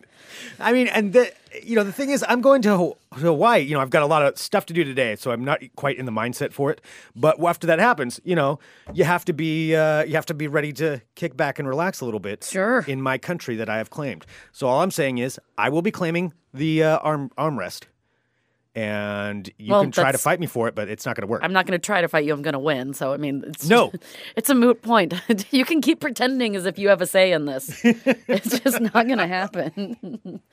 [SPEAKER 1] I mean, and the you know the thing is, I'm going to Ho- to Hawaii. You know, I've got a lot of stuff to do today, so I'm not quite in the mindset for it. But after that happens, you know, you have to be uh, you have to be ready to kick back and relax a little bit.
[SPEAKER 2] Sure.
[SPEAKER 1] In my country that I have claimed. So all I'm saying is, I will be claiming the uh, arm armrest, and you
[SPEAKER 2] Well,
[SPEAKER 1] can try to
[SPEAKER 2] that's-
[SPEAKER 1] fight me for it, but it's not going to work.
[SPEAKER 2] I'm not going to try to fight you. I'm going to win. So I mean, it's
[SPEAKER 1] No.
[SPEAKER 2] it's a moot point. you can keep pretending as if you have a say in this. it's just not going to happen.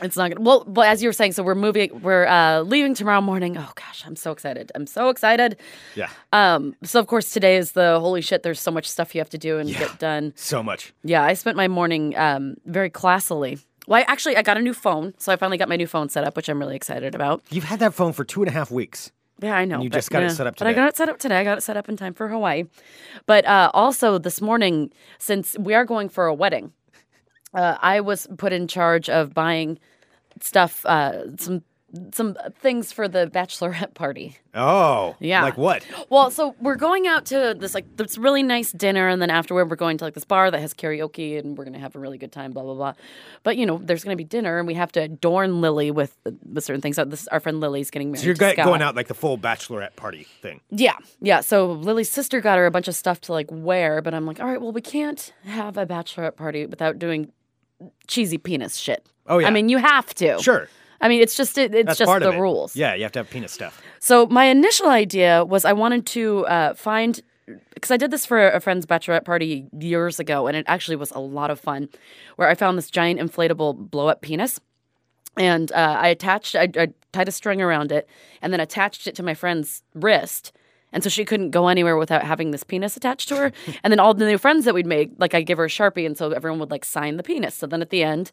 [SPEAKER 2] It's not gonna. Well, but as you were saying, so we're moving. We're uh, leaving tomorrow morning. Oh gosh, I'm so excited. I'm so excited.
[SPEAKER 1] Yeah.
[SPEAKER 2] Um. So of course today is the holy shit. There's so much stuff you have to do and get done.
[SPEAKER 1] So much.
[SPEAKER 2] Yeah, I spent my morning um very classily. Well, I actually I got a new phone, so I finally got my new phone set up, which I'm really excited about.
[SPEAKER 1] You've had that phone for two and a half weeks.
[SPEAKER 2] Yeah, I know.
[SPEAKER 1] you
[SPEAKER 2] but,
[SPEAKER 1] just got it
[SPEAKER 2] yeah.
[SPEAKER 1] set up
[SPEAKER 2] But I
[SPEAKER 1] today.
[SPEAKER 2] got it set up today. I got it set up in time for Hawaii. But uh, also this morning, since we are going for a wedding, uh, I was put in charge of buying stuff, uh, some some things for the bachelorette party.
[SPEAKER 1] Oh.
[SPEAKER 2] Yeah.
[SPEAKER 1] Like what?
[SPEAKER 2] Well, so we're going out to this like this really nice dinner, and then afterward we're going to like this bar that has karaoke, and we're gonna have a really good time. Blah blah blah. But you know, there's gonna be dinner, and we have to adorn Lily with with certain things. So this our friend Lily's getting married.
[SPEAKER 1] So you're
[SPEAKER 2] to
[SPEAKER 1] go-
[SPEAKER 2] Scott.
[SPEAKER 1] going out like the full bachelorette party thing.
[SPEAKER 2] Yeah, yeah. So Lily's sister got her a bunch of stuff to like wear, but I'm like, all right, well, we can't have a bachelorette party without doing cheesy penis shit.
[SPEAKER 1] Oh, yeah.
[SPEAKER 2] I mean, you have to.
[SPEAKER 1] Sure.
[SPEAKER 2] I mean, it's just it, it's
[SPEAKER 1] That's
[SPEAKER 2] just
[SPEAKER 1] part
[SPEAKER 2] the
[SPEAKER 1] of it.
[SPEAKER 2] rules.
[SPEAKER 1] Yeah, you have to have penis stuff.
[SPEAKER 2] So my initial idea was I wanted to uh, find because I did this for a friend's bachelorette party years ago, and it actually was a lot of fun. Where I found this giant inflatable blow up penis, and uh, I attached, I, I tied a string around it, and then attached it to my friend's wrist. And so she couldn't go anywhere without having this penis attached to her. And then all the new friends that we'd made, like I'd give her a Sharpie, and so everyone would like sign the penis. So then at the end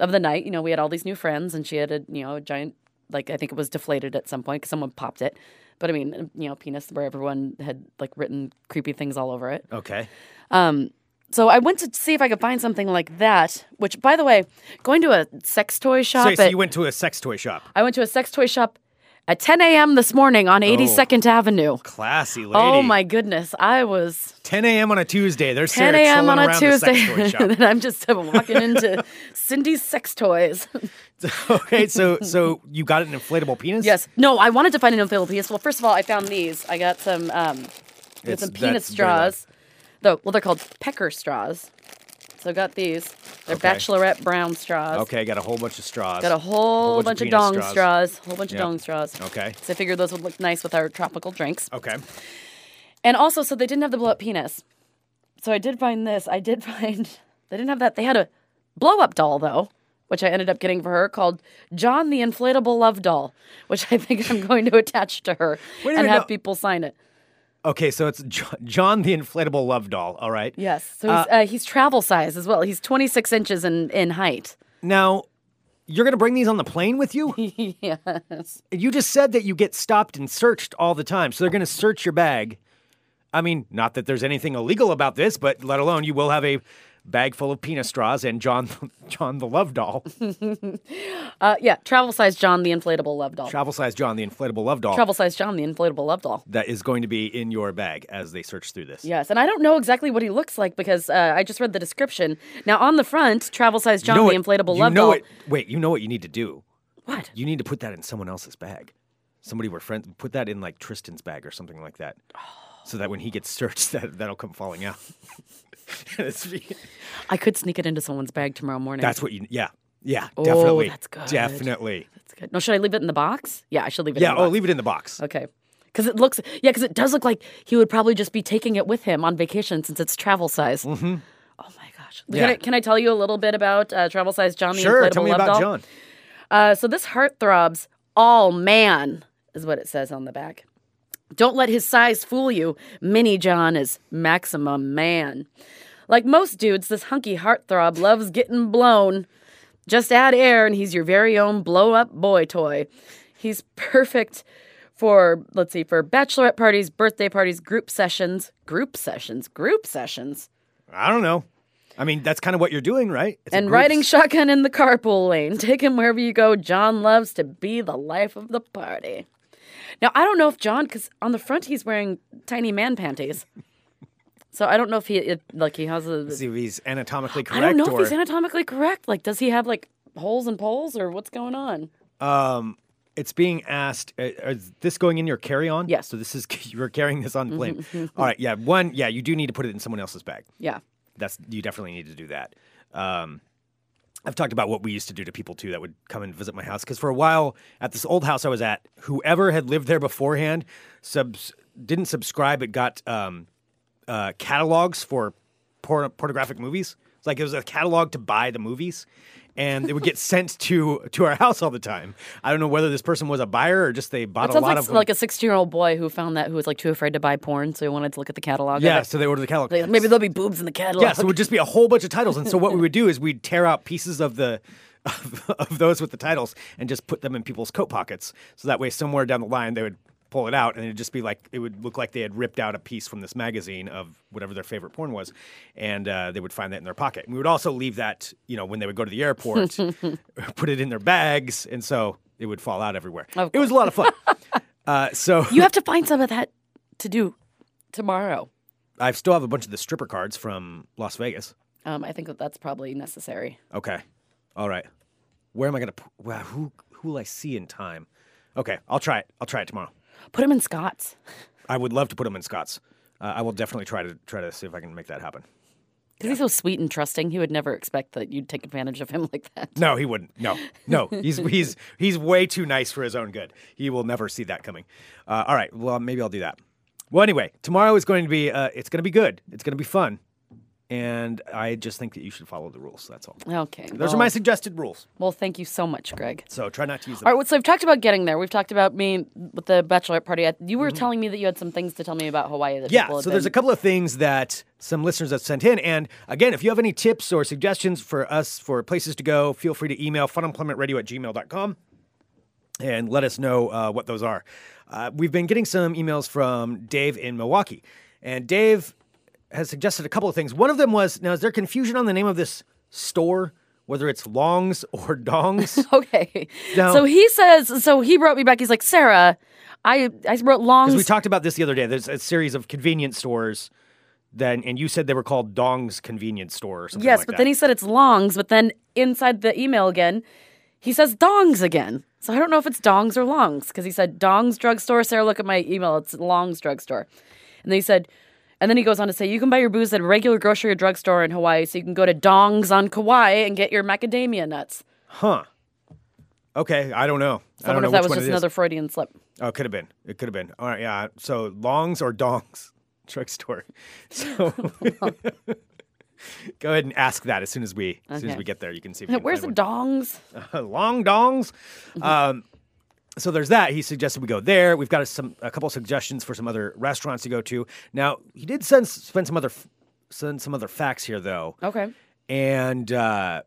[SPEAKER 2] of the night, you know, we had all these new friends, and she had a, you know, a giant, like I think it was deflated at some point because someone popped it. But I mean, you know, penis where everyone had like written creepy things all over it.
[SPEAKER 1] Okay.
[SPEAKER 2] So I went to see if I could find something like that, which, by the way, going to a sex toy shop.
[SPEAKER 1] So, so
[SPEAKER 2] at-
[SPEAKER 1] you went to a sex toy shop.
[SPEAKER 2] I went to a sex toy shop at 10 a.m. this morning on 82nd
[SPEAKER 1] Oh.
[SPEAKER 2] Avenue.
[SPEAKER 1] Classy lady.
[SPEAKER 2] Oh my goodness. I was
[SPEAKER 1] 10 a.m. on a Tuesday. There's
[SPEAKER 2] 10
[SPEAKER 1] Sarah
[SPEAKER 2] a.m.
[SPEAKER 1] chilling
[SPEAKER 2] on a
[SPEAKER 1] around the
[SPEAKER 2] Tuesday.
[SPEAKER 1] sex toy shop.
[SPEAKER 2] and then I'm just walking into Cindy's sex toys.
[SPEAKER 1] okay, so so you got an inflatable penis?
[SPEAKER 2] yes. No, I wanted to find an inflatable penis. Well, first of all, I found these. I got some, um, I got
[SPEAKER 1] It's-
[SPEAKER 2] some penis
[SPEAKER 1] that's very loud.
[SPEAKER 2] straws. Though, well, they're called pecker straws. So I got these. They're
[SPEAKER 1] Okay.
[SPEAKER 2] bachelorette brown straws.
[SPEAKER 1] Okay, I got a whole bunch of straws.
[SPEAKER 2] Got a whole,
[SPEAKER 1] bunch
[SPEAKER 2] bunch,
[SPEAKER 1] of penis
[SPEAKER 2] of dong
[SPEAKER 1] straws.
[SPEAKER 2] straws. whole bunch
[SPEAKER 1] Yep.
[SPEAKER 2] of dong straws.
[SPEAKER 1] Okay.
[SPEAKER 2] So I figured those would look nice with our tropical drinks.
[SPEAKER 1] Okay.
[SPEAKER 2] And also, so they didn't have the blow up penis. So I did find this. I did find they didn't have that. They had a blow up doll though, which I ended up getting for her called John the Inflatable Love Doll, which I think I'm going to attach to her
[SPEAKER 1] Wait a
[SPEAKER 2] and
[SPEAKER 1] minute,
[SPEAKER 2] have
[SPEAKER 1] no-
[SPEAKER 2] people sign it.
[SPEAKER 1] Okay, so it's Jo- John the inflatable love doll, all right?
[SPEAKER 2] Yes. So he's, uh, he's travel size as well. He's 26 inches in in height.
[SPEAKER 1] Now, you're going to bring these on the plane with you?
[SPEAKER 2] yes.
[SPEAKER 1] you just said that you get stopped and searched all the time. So they're going to search your bag. I mean, not that there's anything illegal about this, but let alone you will have a bag full of penis straws and John John the love doll.
[SPEAKER 2] Uh, yeah. Travel size John the Inflatable Love Doll.
[SPEAKER 1] Travel size John the inflatable love doll.
[SPEAKER 2] travel size John the Inflatable Love Doll.
[SPEAKER 1] That is going to be in your bag as they search through this.
[SPEAKER 2] Yes, and I don't know exactly what he looks like because uh, I just read the description. Now on the front, travel size John the
[SPEAKER 1] what-
[SPEAKER 2] inflatable
[SPEAKER 1] you
[SPEAKER 2] love
[SPEAKER 1] know
[SPEAKER 2] doll.
[SPEAKER 1] What, wait, you know what you need to do?
[SPEAKER 2] What?
[SPEAKER 1] You need to put that in someone else's bag. Somebody we're friends put that in like Tristan's bag or something like that. So that when he gets searched, that that'll come falling out. It's-
[SPEAKER 2] I could sneak it into someone's bag tomorrow morning.
[SPEAKER 1] that's what you. Yeah, yeah,
[SPEAKER 2] Oh,
[SPEAKER 1] definitely.
[SPEAKER 2] that's good.
[SPEAKER 1] Definitely.
[SPEAKER 2] That's good. No, should I leave it in the box? Yeah, I should leave it.
[SPEAKER 1] Yeah.
[SPEAKER 2] In the
[SPEAKER 1] Oh,
[SPEAKER 2] box.
[SPEAKER 1] leave it in the box.
[SPEAKER 2] Okay. Because it looks, yeah, because it does look like he would probably just be taking it with him on vacation since it's travel size. Mm-hmm. Oh my gosh!
[SPEAKER 1] Yeah.
[SPEAKER 2] Can, I, can I tell you a little bit about uh, travel size John the
[SPEAKER 1] Sure.
[SPEAKER 2] inflatable
[SPEAKER 1] Tell me
[SPEAKER 2] love
[SPEAKER 1] about
[SPEAKER 2] doll?
[SPEAKER 1] John.
[SPEAKER 2] Uh, so this heartthrob's all man is what it says on the back. Don't let his size fool you. Mini John is maximum man. Like most dudes, this hunky heartthrob loves getting blown. Just add air, and he's your very own blow up boy toy. He's perfect for, let's see, for bachelorette parties, birthday parties, group sessions, group sessions, group sessions,
[SPEAKER 1] I don't know. I mean, that's kind of what you're doing, right? It's a
[SPEAKER 2] and
[SPEAKER 1] group
[SPEAKER 2] riding
[SPEAKER 1] s-
[SPEAKER 2] shotgun in the carpool lane. Take him wherever you go. John loves to be the life of the party. Now, I don't know if John, because on the front he's wearing tiny man panties. So I don't know if he, it, like, he has a.
[SPEAKER 1] See if he's anatomically
[SPEAKER 2] I
[SPEAKER 1] correct.
[SPEAKER 2] don't know if
[SPEAKER 1] or,
[SPEAKER 2] he's anatomically correct. Like, does he have like holes and poles, or what's going on?
[SPEAKER 1] Um, it's being asked. Uh, is this going in your carry-on?
[SPEAKER 2] Yes. Mm-hmm,
[SPEAKER 1] So this is you're carrying this on the plane. All right. Yeah. One. Yeah. You do need to put it in someone else's bag.
[SPEAKER 2] Yeah.
[SPEAKER 1] That's you definitely need to do that. Um, I've talked about what we used to do to people too that would come and visit my house because for a while at this old house I was at, whoever had lived there beforehand subs- didn't subscribe. It got um, uh, catalogs for por- pornographic movies. It's like it was a catalog to buy the movies, and it would get sent to to our house all the time. I don't know whether this person was a buyer or just they bought
[SPEAKER 2] It
[SPEAKER 1] a
[SPEAKER 2] sounds
[SPEAKER 1] lot
[SPEAKER 2] like
[SPEAKER 1] of
[SPEAKER 2] s-
[SPEAKER 1] them.
[SPEAKER 2] like a 16 year old boy who found that who was like too afraid to buy porn, so he wanted to look at the catalog. of
[SPEAKER 1] yeah,
[SPEAKER 2] it.
[SPEAKER 1] so they ordered the catalog.
[SPEAKER 2] Like, maybe there'll be boobs in the catalog.
[SPEAKER 1] Yeah, so it would just be a whole bunch of titles. And so what we would do is we'd tear out pieces of the of, of those with the titles and just put them in people's coat pockets. So that way, somewhere down the line, they would pull it out, and it'd just be like it would look like they had ripped out a piece from this magazine of whatever their favorite porn was, and uh, they would find that in their pocket. And we would also leave that, you know, when they would go to the airport, put it in their bags, and so it would fall out everywhere.
[SPEAKER 2] Of
[SPEAKER 1] It was a lot of fun. uh, so
[SPEAKER 2] you have to find some of that to do tomorrow.
[SPEAKER 1] I still have a bunch of the stripper cards from Las Vegas.
[SPEAKER 2] Um, I think that that's probably necessary.
[SPEAKER 1] Okay. All right. Where am I gonna? p- Wow, who who will I see in time? Okay, I'll try it. I'll try it tomorrow.
[SPEAKER 2] Put him in Scott's.
[SPEAKER 1] I would love to put them in Scott's. Uh, I will definitely try to try to see if I can make that happen.
[SPEAKER 2] Because he's so sweet and trusting, he would never expect that you'd take advantage of him like that.
[SPEAKER 1] No, he wouldn't. No, no, he's he's he's way too nice for his own good. He will never see that coming. Uh, all right. Well, maybe I'll do that. Well, anyway, tomorrow is going to be uh, it's going to be good. It's going to be fun, and I just think that you should follow the rules. That's all.
[SPEAKER 2] Okay.
[SPEAKER 1] Those
[SPEAKER 2] well,
[SPEAKER 1] are my suggested rules.
[SPEAKER 2] Well, thank you so much, Greg.
[SPEAKER 1] So try not to use them.
[SPEAKER 2] All right, so we've talked about getting there. We've talked about me with the bachelorette party. I- You were telling me that you had some things to tell me about Hawaii. That
[SPEAKER 1] Mm-hmm. Yeah,
[SPEAKER 2] people had
[SPEAKER 1] so there's a
[SPEAKER 2] been-
[SPEAKER 1] couple of things that some listeners have sent in. And again, if you have any tips or suggestions for us for places to go, feel free to email funemploymentradio at gmail.com and let us know uh, what those are. Uh, we've been getting some emails from Dave in Milwaukee. And Dave has suggested a couple of things. One of them was now, is there confusion on the name of this store, whether it's Longs or Dongs?
[SPEAKER 2] Okay.
[SPEAKER 1] No.
[SPEAKER 2] So he says, so he wrote me back. He's like, Sarah, I, I wrote longs.
[SPEAKER 1] Because we talked about this the other day. There's a series of convenience stores. Then and you said they were called Dong's convenience store or something
[SPEAKER 2] yes,
[SPEAKER 1] like
[SPEAKER 2] but
[SPEAKER 1] that.
[SPEAKER 2] then he said it's longs, but then inside the email again, he says dongs again. So I don't know if it's dongs or longs because he said dongs drugstore. Sarah, look at my email. It's longs drugstore. And then he said, and then he goes on to say, you can buy your booze at a regular grocery or drugstore in Hawaii, so you can go to dongs on Kauai and get your macadamia nuts.
[SPEAKER 1] Huh. Okay, I don't know.
[SPEAKER 2] So I,
[SPEAKER 1] I don't know
[SPEAKER 2] wonder if
[SPEAKER 1] which
[SPEAKER 2] that was
[SPEAKER 1] one it
[SPEAKER 2] just
[SPEAKER 1] is.
[SPEAKER 2] another Freudian slip.
[SPEAKER 1] Oh, it could have been. It could have been. All right, yeah. So longs or dongs, drug store. So go ahead and ask that as soon as we as soon as
[SPEAKER 2] Okay.
[SPEAKER 1] we get there. You can see. If you can
[SPEAKER 2] Where's the
[SPEAKER 1] find
[SPEAKER 2] Mm-hmm. dongs?
[SPEAKER 1] one. long dongs? Um, so there's that. He suggested we go there. We've got some a couple suggestions for some other restaurants to go to. Now he did send spend some other f- send some other facts here though
[SPEAKER 2] Okay.
[SPEAKER 1] and uh,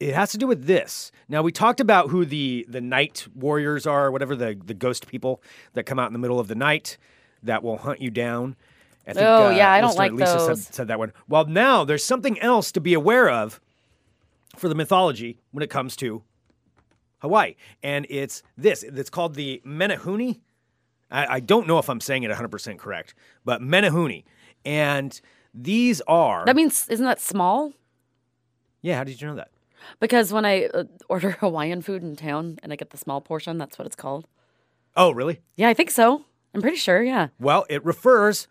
[SPEAKER 1] it has to do with this. Now we talked about who the the night warriors are, whatever the the ghost people that come out in the middle of the night that will hunt you down. I think,
[SPEAKER 2] Oh, yeah, I don't
[SPEAKER 1] listener
[SPEAKER 2] like
[SPEAKER 1] Lisa
[SPEAKER 2] those.
[SPEAKER 1] Said, said that one. Well, now there's something else to be aware of for the mythology when it comes to Hawaii, and it's this. It's called the Menahuni. I, I don't know if I'm saying it 100% correct, but Menahuni, and these are
[SPEAKER 2] That means, isn't that small?
[SPEAKER 1] yeah, how did you know that?
[SPEAKER 2] Because when I uh, order Hawaiian food in town and I get the small portion, that's what it's called.
[SPEAKER 1] Oh, really?
[SPEAKER 2] Yeah, I think so. I'm pretty sure. Yeah.
[SPEAKER 1] Well, it refers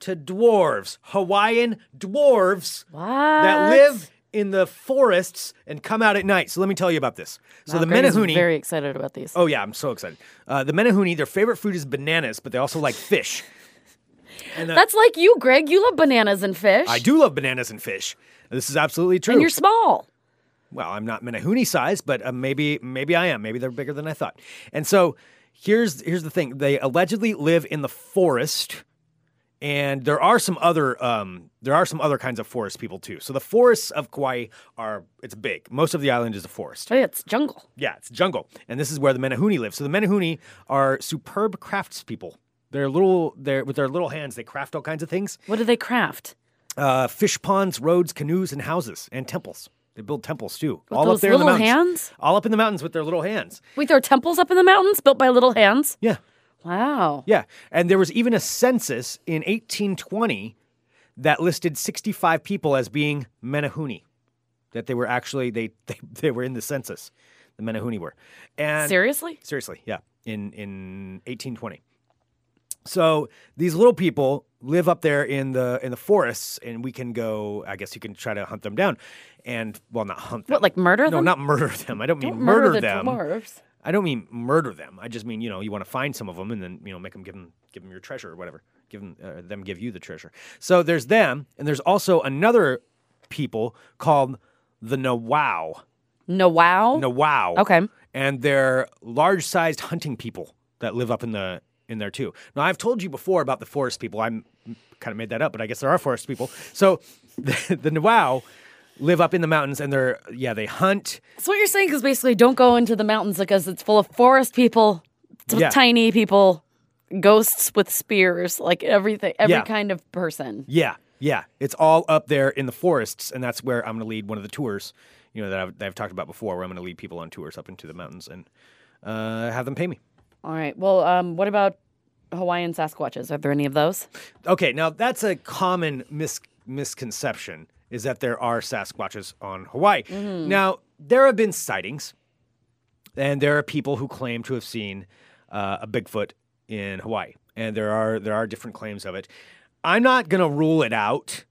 [SPEAKER 1] to dwarves, Hawaiian dwarves
[SPEAKER 2] What?
[SPEAKER 1] that live in the forests and come out at night. So let me tell you about this. So the
[SPEAKER 2] Greg is
[SPEAKER 1] Menahuni.
[SPEAKER 2] Very excited about these.
[SPEAKER 1] oh yeah, I'm so excited. Uh, the Menahuni, their favorite food is bananas, but they also like fish. And uh,
[SPEAKER 2] That's like you, Greg. You love bananas and fish.
[SPEAKER 1] I do love bananas and fish. This is absolutely true.
[SPEAKER 2] And you're small.
[SPEAKER 1] well, I'm not Menahuni size, but uh, maybe maybe I am. Maybe they're bigger than I thought. And so here's here's the thing: they allegedly live in the forest, and there are some other um, there are some other kinds of forest people too. So the forests of Kauai are it's big. Most of the island is a forest.
[SPEAKER 2] Oh, yeah, it's jungle.
[SPEAKER 1] Yeah, it's jungle, and this is where the Menahuni live. So the Menahuni are superb craftspeople. They're little. They're with their little hands. They craft all kinds of things:
[SPEAKER 2] What do they craft?
[SPEAKER 1] uh, fish ponds, roads, canoes, and houses, and temples. They build temples too, all up
[SPEAKER 2] those
[SPEAKER 1] there in the
[SPEAKER 2] little
[SPEAKER 1] mountains
[SPEAKER 2] hands?
[SPEAKER 1] all up in the mountains with their little hands.
[SPEAKER 2] Wait, there are temples up in the mountains built by little hands?
[SPEAKER 1] Yeah,
[SPEAKER 2] Wow.
[SPEAKER 1] yeah. And there was even a census in 1820 that listed 65 people as being Menahuni, that they were actually they they, they were in the census. The Menahuni were. And
[SPEAKER 2] Seriously?
[SPEAKER 1] seriously, yeah, in in 1820. So these little people live up there in the in the forests, and we can go. I guess you can try to hunt them down, and well, not hunt them.
[SPEAKER 2] What, like murder
[SPEAKER 1] no,
[SPEAKER 2] them?
[SPEAKER 1] not murder them. I don't mean
[SPEAKER 2] Don't murder, the
[SPEAKER 1] them.
[SPEAKER 2] dwarves.
[SPEAKER 1] I don't mean murder them. I just mean you know you want to find some of them and then you know make them give them give them your treasure or whatever. Give them uh, them give you the treasure. So there's them, and there's also another people called the Nawau.
[SPEAKER 2] No wow.
[SPEAKER 1] Nawau.
[SPEAKER 2] Okay.
[SPEAKER 1] And they're large-sized hunting people that live up in the in there too. Now I've told you before about the forest people. I kind of made that up, but I guess there are forest people. So the, the Nawau live up in the mountains, and they're yeah they hunt.
[SPEAKER 2] So what you're saying is basically don't go into the mountains because it's full of forest people, t-
[SPEAKER 1] Yeah.
[SPEAKER 2] tiny people, ghosts with spears, like everything, every
[SPEAKER 1] Yeah.
[SPEAKER 2] kind of person.
[SPEAKER 1] Yeah, yeah. It's all up there in the forests, and that's where I'm going to lead one of the tours. You know that I've, that I've talked about before, where I'm going to lead people on tours up into the mountains and uh, have them pay me.
[SPEAKER 2] All right. Well, um, what about Hawaiian Sasquatches? Are there any of those?
[SPEAKER 1] Okay, now that's a common mis- misconception is that there are Sasquatches on Hawaii. Now there have been sightings, and there are people who claim to have seen uh, a Bigfoot in Hawaii, and there are there are different claims of it. I'm not gonna rule it out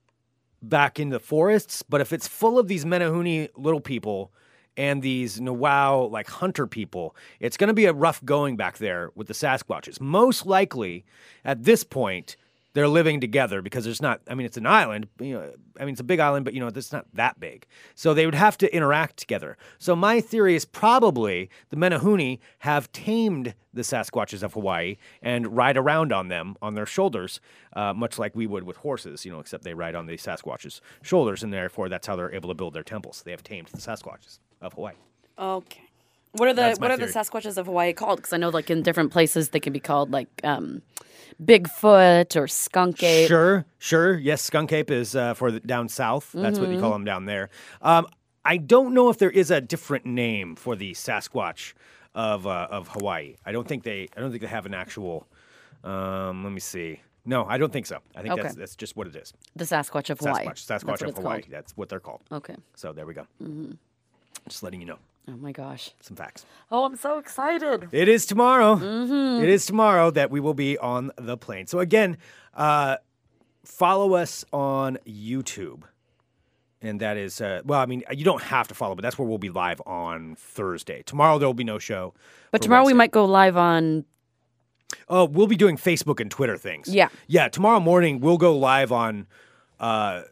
[SPEAKER 1] back in the forests, but if it's full of these Menahuni little people and these Nawao like hunter people, it's going to be a rough going back there with the Sasquatches. Most likely, at this point, they're living together because there's not. I mean, it's an island. You know, I mean, it's a big island, but you know, it's not that big. So they would have to interact together. So my theory is probably the Menahuni have tamed the Sasquatches of Hawaii and ride around on them on their shoulders, uh, much like we would with horses, you know, except they ride on the Sasquatches' shoulders, and therefore that's how they're able to build their temples. They have tamed the Sasquatches of Hawaii.
[SPEAKER 2] Okay. What are the
[SPEAKER 1] That's my
[SPEAKER 2] What are the
[SPEAKER 1] theory.
[SPEAKER 2] Sasquatches of Hawaii called? Because I know, like in different places, they can be called like um, Bigfoot or Skunk Ape.
[SPEAKER 1] Sure, sure. Yes, skunk ape is uh, for the, down south. That's
[SPEAKER 2] Mm-hmm.
[SPEAKER 1] what you call them down there. Um, I don't know if there is a different name for the Sasquatch of uh, of Hawaii. I don't think they. I don't think they have an actual. Um, let me see. No, I don't think so. I think
[SPEAKER 2] Okay.
[SPEAKER 1] that's that's just what it is.
[SPEAKER 2] The Sasquatch of Hawaii.
[SPEAKER 1] Sasquatch,
[SPEAKER 2] That's
[SPEAKER 1] Sasquatch
[SPEAKER 2] what
[SPEAKER 1] of
[SPEAKER 2] it's
[SPEAKER 1] Hawaii.
[SPEAKER 2] called. Mm-hmm.
[SPEAKER 1] That's what they're called.
[SPEAKER 2] Okay.
[SPEAKER 1] So there we go. Just letting you know
[SPEAKER 2] Oh my gosh.
[SPEAKER 1] some facts.
[SPEAKER 2] Oh, I'm so excited.
[SPEAKER 1] It is tomorrow.
[SPEAKER 2] Mm-hmm.
[SPEAKER 1] It is tomorrow that we will be on the plane. So again, uh, follow us on YouTube, and that is uh, well. I mean, you don't have to follow, but that's where we'll be live on Thursday. Tomorrow there will be no show,
[SPEAKER 2] But
[SPEAKER 1] for
[SPEAKER 2] tomorrow we
[SPEAKER 1] Wednesday.
[SPEAKER 2] might go live on.
[SPEAKER 1] Oh, we'll be doing Facebook and Twitter things.
[SPEAKER 2] Yeah.
[SPEAKER 1] Yeah. Tomorrow morning, we'll go live on, uh,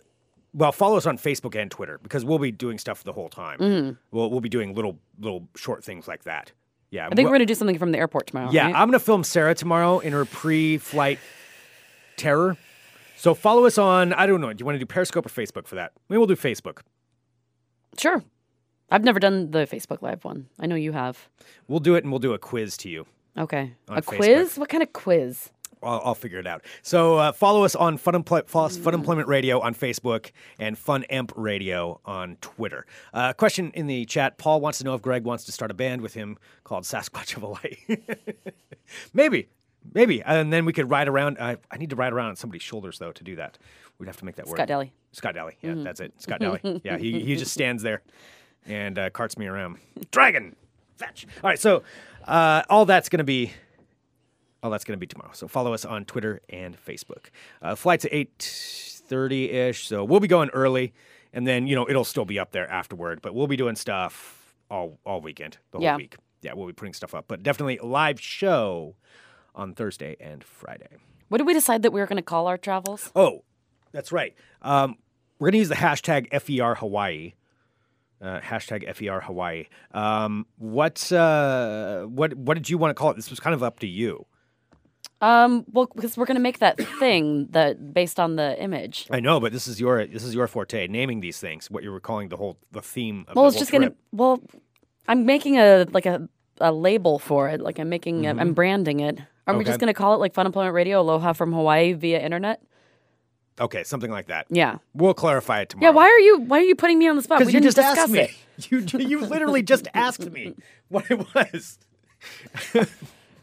[SPEAKER 1] well, follow us on Facebook and Twitter because we'll be doing stuff the whole time.
[SPEAKER 2] Mm-hmm.
[SPEAKER 1] We'll, we'll be doing little, little short things like that. Yeah.
[SPEAKER 2] I think
[SPEAKER 1] we'll-
[SPEAKER 2] we're going to do something from the airport tomorrow.
[SPEAKER 1] yeah.
[SPEAKER 2] right?
[SPEAKER 1] I'm going to film Sarah tomorrow in her pre flight terror. So follow us on, I don't know. Do you want to do Periscope or Facebook for that? Maybe we'll do Facebook.
[SPEAKER 2] sure. I've never done the Facebook Live one. I know you have.
[SPEAKER 1] We'll do it and we'll do a quiz to you.
[SPEAKER 2] Okay.
[SPEAKER 1] On
[SPEAKER 2] a
[SPEAKER 1] Facebook.
[SPEAKER 2] quiz? What kind of quiz?
[SPEAKER 1] I'll, I'll figure it out. So uh, follow us on Fun, Empl- follow us Fun Employment Radio on Facebook and Fun Emp Radio on Twitter. Uh, question in the chat: Paul wants to know if Greg wants to start a band with him called Sasquatch of Hawaii. maybe, maybe, and then we could ride around. I, I need to ride around on somebody's shoulders though to do that. We'd have to make that work.
[SPEAKER 2] Scott Deli.
[SPEAKER 1] Scott Daly. Yeah, that's it. Scott Daly. Yeah, he, he just stands there and uh, carts me around. Dragon, fetch. All right, so uh, all that's going to be all Oh, that's going to be tomorrow. So follow us on Twitter and Facebook. Uh, flight's at eight thirty ish, so we'll be going early, and then you know it'll still be up there afterward. But we'll be doing stuff all all weekend, the whole
[SPEAKER 2] Yeah.
[SPEAKER 1] week. Yeah, we'll be putting stuff up, but definitely a live show on Thursday and Friday.
[SPEAKER 2] What did we decide that we were going to call our travels?
[SPEAKER 1] Oh, that's right. Um, we're going to use the hashtag FER Hawaii. Uh, hashtag FER Hawaii. Um, what, uh, what, what did you want to call it? This was kind of up to you.
[SPEAKER 2] Um, well, because we're going to make that thing that based on the image.
[SPEAKER 1] I know, but this is your this is your forte, naming these things. What you were calling the whole the theme. Of
[SPEAKER 2] Well,
[SPEAKER 1] the
[SPEAKER 2] it's
[SPEAKER 1] whole
[SPEAKER 2] just going to.
[SPEAKER 1] trip.
[SPEAKER 2] Well, I'm making a like a, a label for it. Like I'm making. A, I'm branding it. Are we
[SPEAKER 1] Mm-hmm. Okay.
[SPEAKER 2] just going to call it like Fun Employment Radio Aloha from Hawaii via internet?
[SPEAKER 1] okay, something like that.
[SPEAKER 2] Yeah.
[SPEAKER 1] We'll clarify it tomorrow.
[SPEAKER 2] Yeah. Why are you Why are you putting me on the spot? We
[SPEAKER 1] Because you
[SPEAKER 2] didn't
[SPEAKER 1] just
[SPEAKER 2] discuss
[SPEAKER 1] asked me.
[SPEAKER 2] it.
[SPEAKER 1] You you literally just asked me what it was.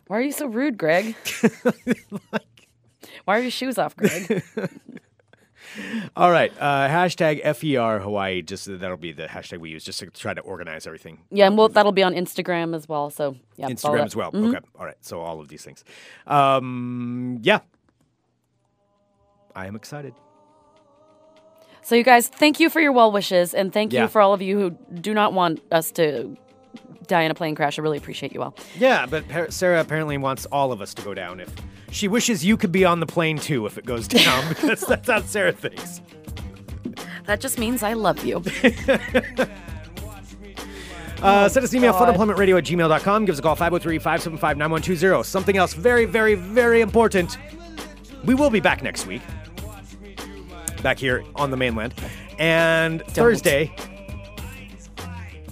[SPEAKER 2] Why are you so rude, Greg? Why are your shoes off, Greg?
[SPEAKER 1] All right. Uh, hashtag FER Hawaii. Just that'll be the hashtag we use just to try to organize everything.
[SPEAKER 2] yeah, and well, that'll be on Instagram as well. So yeah,
[SPEAKER 1] Instagram
[SPEAKER 2] follow that. Mm-hmm.
[SPEAKER 1] as well. Okay. All right. So all of these things. Um, yeah. I am excited.
[SPEAKER 2] So you guys, thank you for your well wishes, and thank
[SPEAKER 1] Yeah.
[SPEAKER 2] you for all of you who do not want us to Diana Plane Crash. I really appreciate you all.
[SPEAKER 1] Yeah, but par- Sarah apparently wants all of us to go down if she wishes you could be on the plane too if it goes down because that's how Sarah thinks.
[SPEAKER 2] That just means I love you.
[SPEAKER 1] Uh, send us an email, funemploymentradio at gmail.com. Give us a call, 503 575 9120. Something else very, very, very important. We will be back next week, back here on the mainland. And Thursday,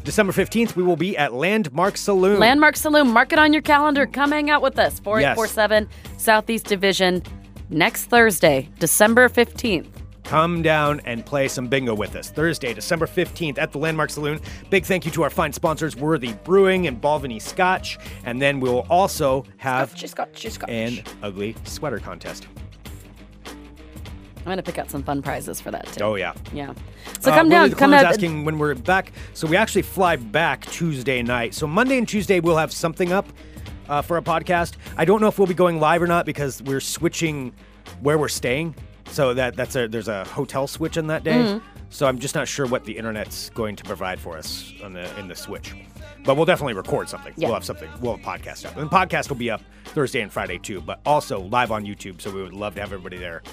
[SPEAKER 1] December 15th, we will be at Landmark Saloon.
[SPEAKER 2] Landmark Saloon, mark it on your calendar. Come hang out with us. 4847 Southeast Division next Thursday, December 15th.
[SPEAKER 1] Come down and play some bingo with us Thursday, December 15th at the Landmark Saloon. Big thank you to our fine sponsors, Worthy Brewing and Balvenie Scotch. And then we'll also have an ugly sweater contest.
[SPEAKER 2] I'm going to pick out some fun prizes for that too.
[SPEAKER 1] Oh, yeah.
[SPEAKER 2] Yeah. So
[SPEAKER 1] Uh,
[SPEAKER 2] come
[SPEAKER 1] Willie
[SPEAKER 2] down.
[SPEAKER 1] the
[SPEAKER 2] Come
[SPEAKER 1] Clown's
[SPEAKER 2] out.
[SPEAKER 1] asking when we're back. So we actually fly back Tuesday night. So Monday and Tuesday we'll have something up uh, for a podcast. I don't know if we'll be going live or not because we're switching where we're staying. So that that's a there's a hotel switch on that day. So I'm just not sure what the internet's going to provide for us on the in the switch. But we'll definitely record something.
[SPEAKER 2] Yeah.
[SPEAKER 1] We'll have something. We'll have a podcast up. And the podcast will be up Thursday and Friday too, but also live on YouTube. So we would love to have everybody there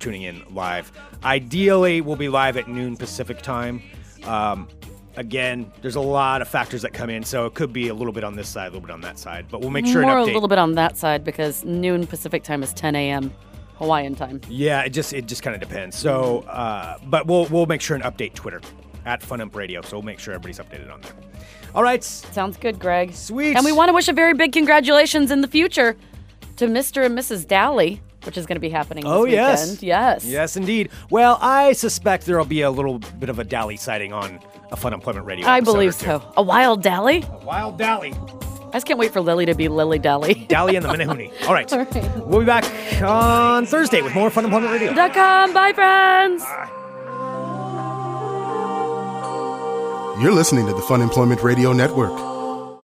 [SPEAKER 1] tuning in live. Ideally, we'll be live at noon Pacific time. Um, again, there's a lot of factors that come in. So it could be a little bit on this side, a little bit on that side. But we'll make sure an
[SPEAKER 2] More a
[SPEAKER 1] update.
[SPEAKER 2] little bit on that side because noon Pacific time is 10 a.m. Hawaiian time.
[SPEAKER 1] Yeah, it just it just kind of depends. So, uh, but we'll we'll make sure and update Twitter at Funump Radio. So we'll make sure everybody's updated on there. All right,
[SPEAKER 2] Sounds good, Greg.
[SPEAKER 1] Sweet.
[SPEAKER 2] And we want to wish a very big congratulations in the future to Mr. and Mrs. Dowley, which is going to be happening this
[SPEAKER 1] Oh, yes.
[SPEAKER 2] weekend. Yes.
[SPEAKER 1] Yes, indeed. Well, I suspect there'll be a little bit of a dally sighting on a Fun Employment Radio.
[SPEAKER 2] I
[SPEAKER 1] episode
[SPEAKER 2] believe
[SPEAKER 1] or two.
[SPEAKER 2] so. A wild Dally?
[SPEAKER 1] A wild dally.
[SPEAKER 2] I just can't wait for Lily to be Lily Dally.
[SPEAKER 1] Dally and the Minahuni. All right. We'll be back on Thursday with more Fun Employment Radio.
[SPEAKER 2] dot com. Bye, friends.
[SPEAKER 3] You're listening to the Fun Employment Radio Network.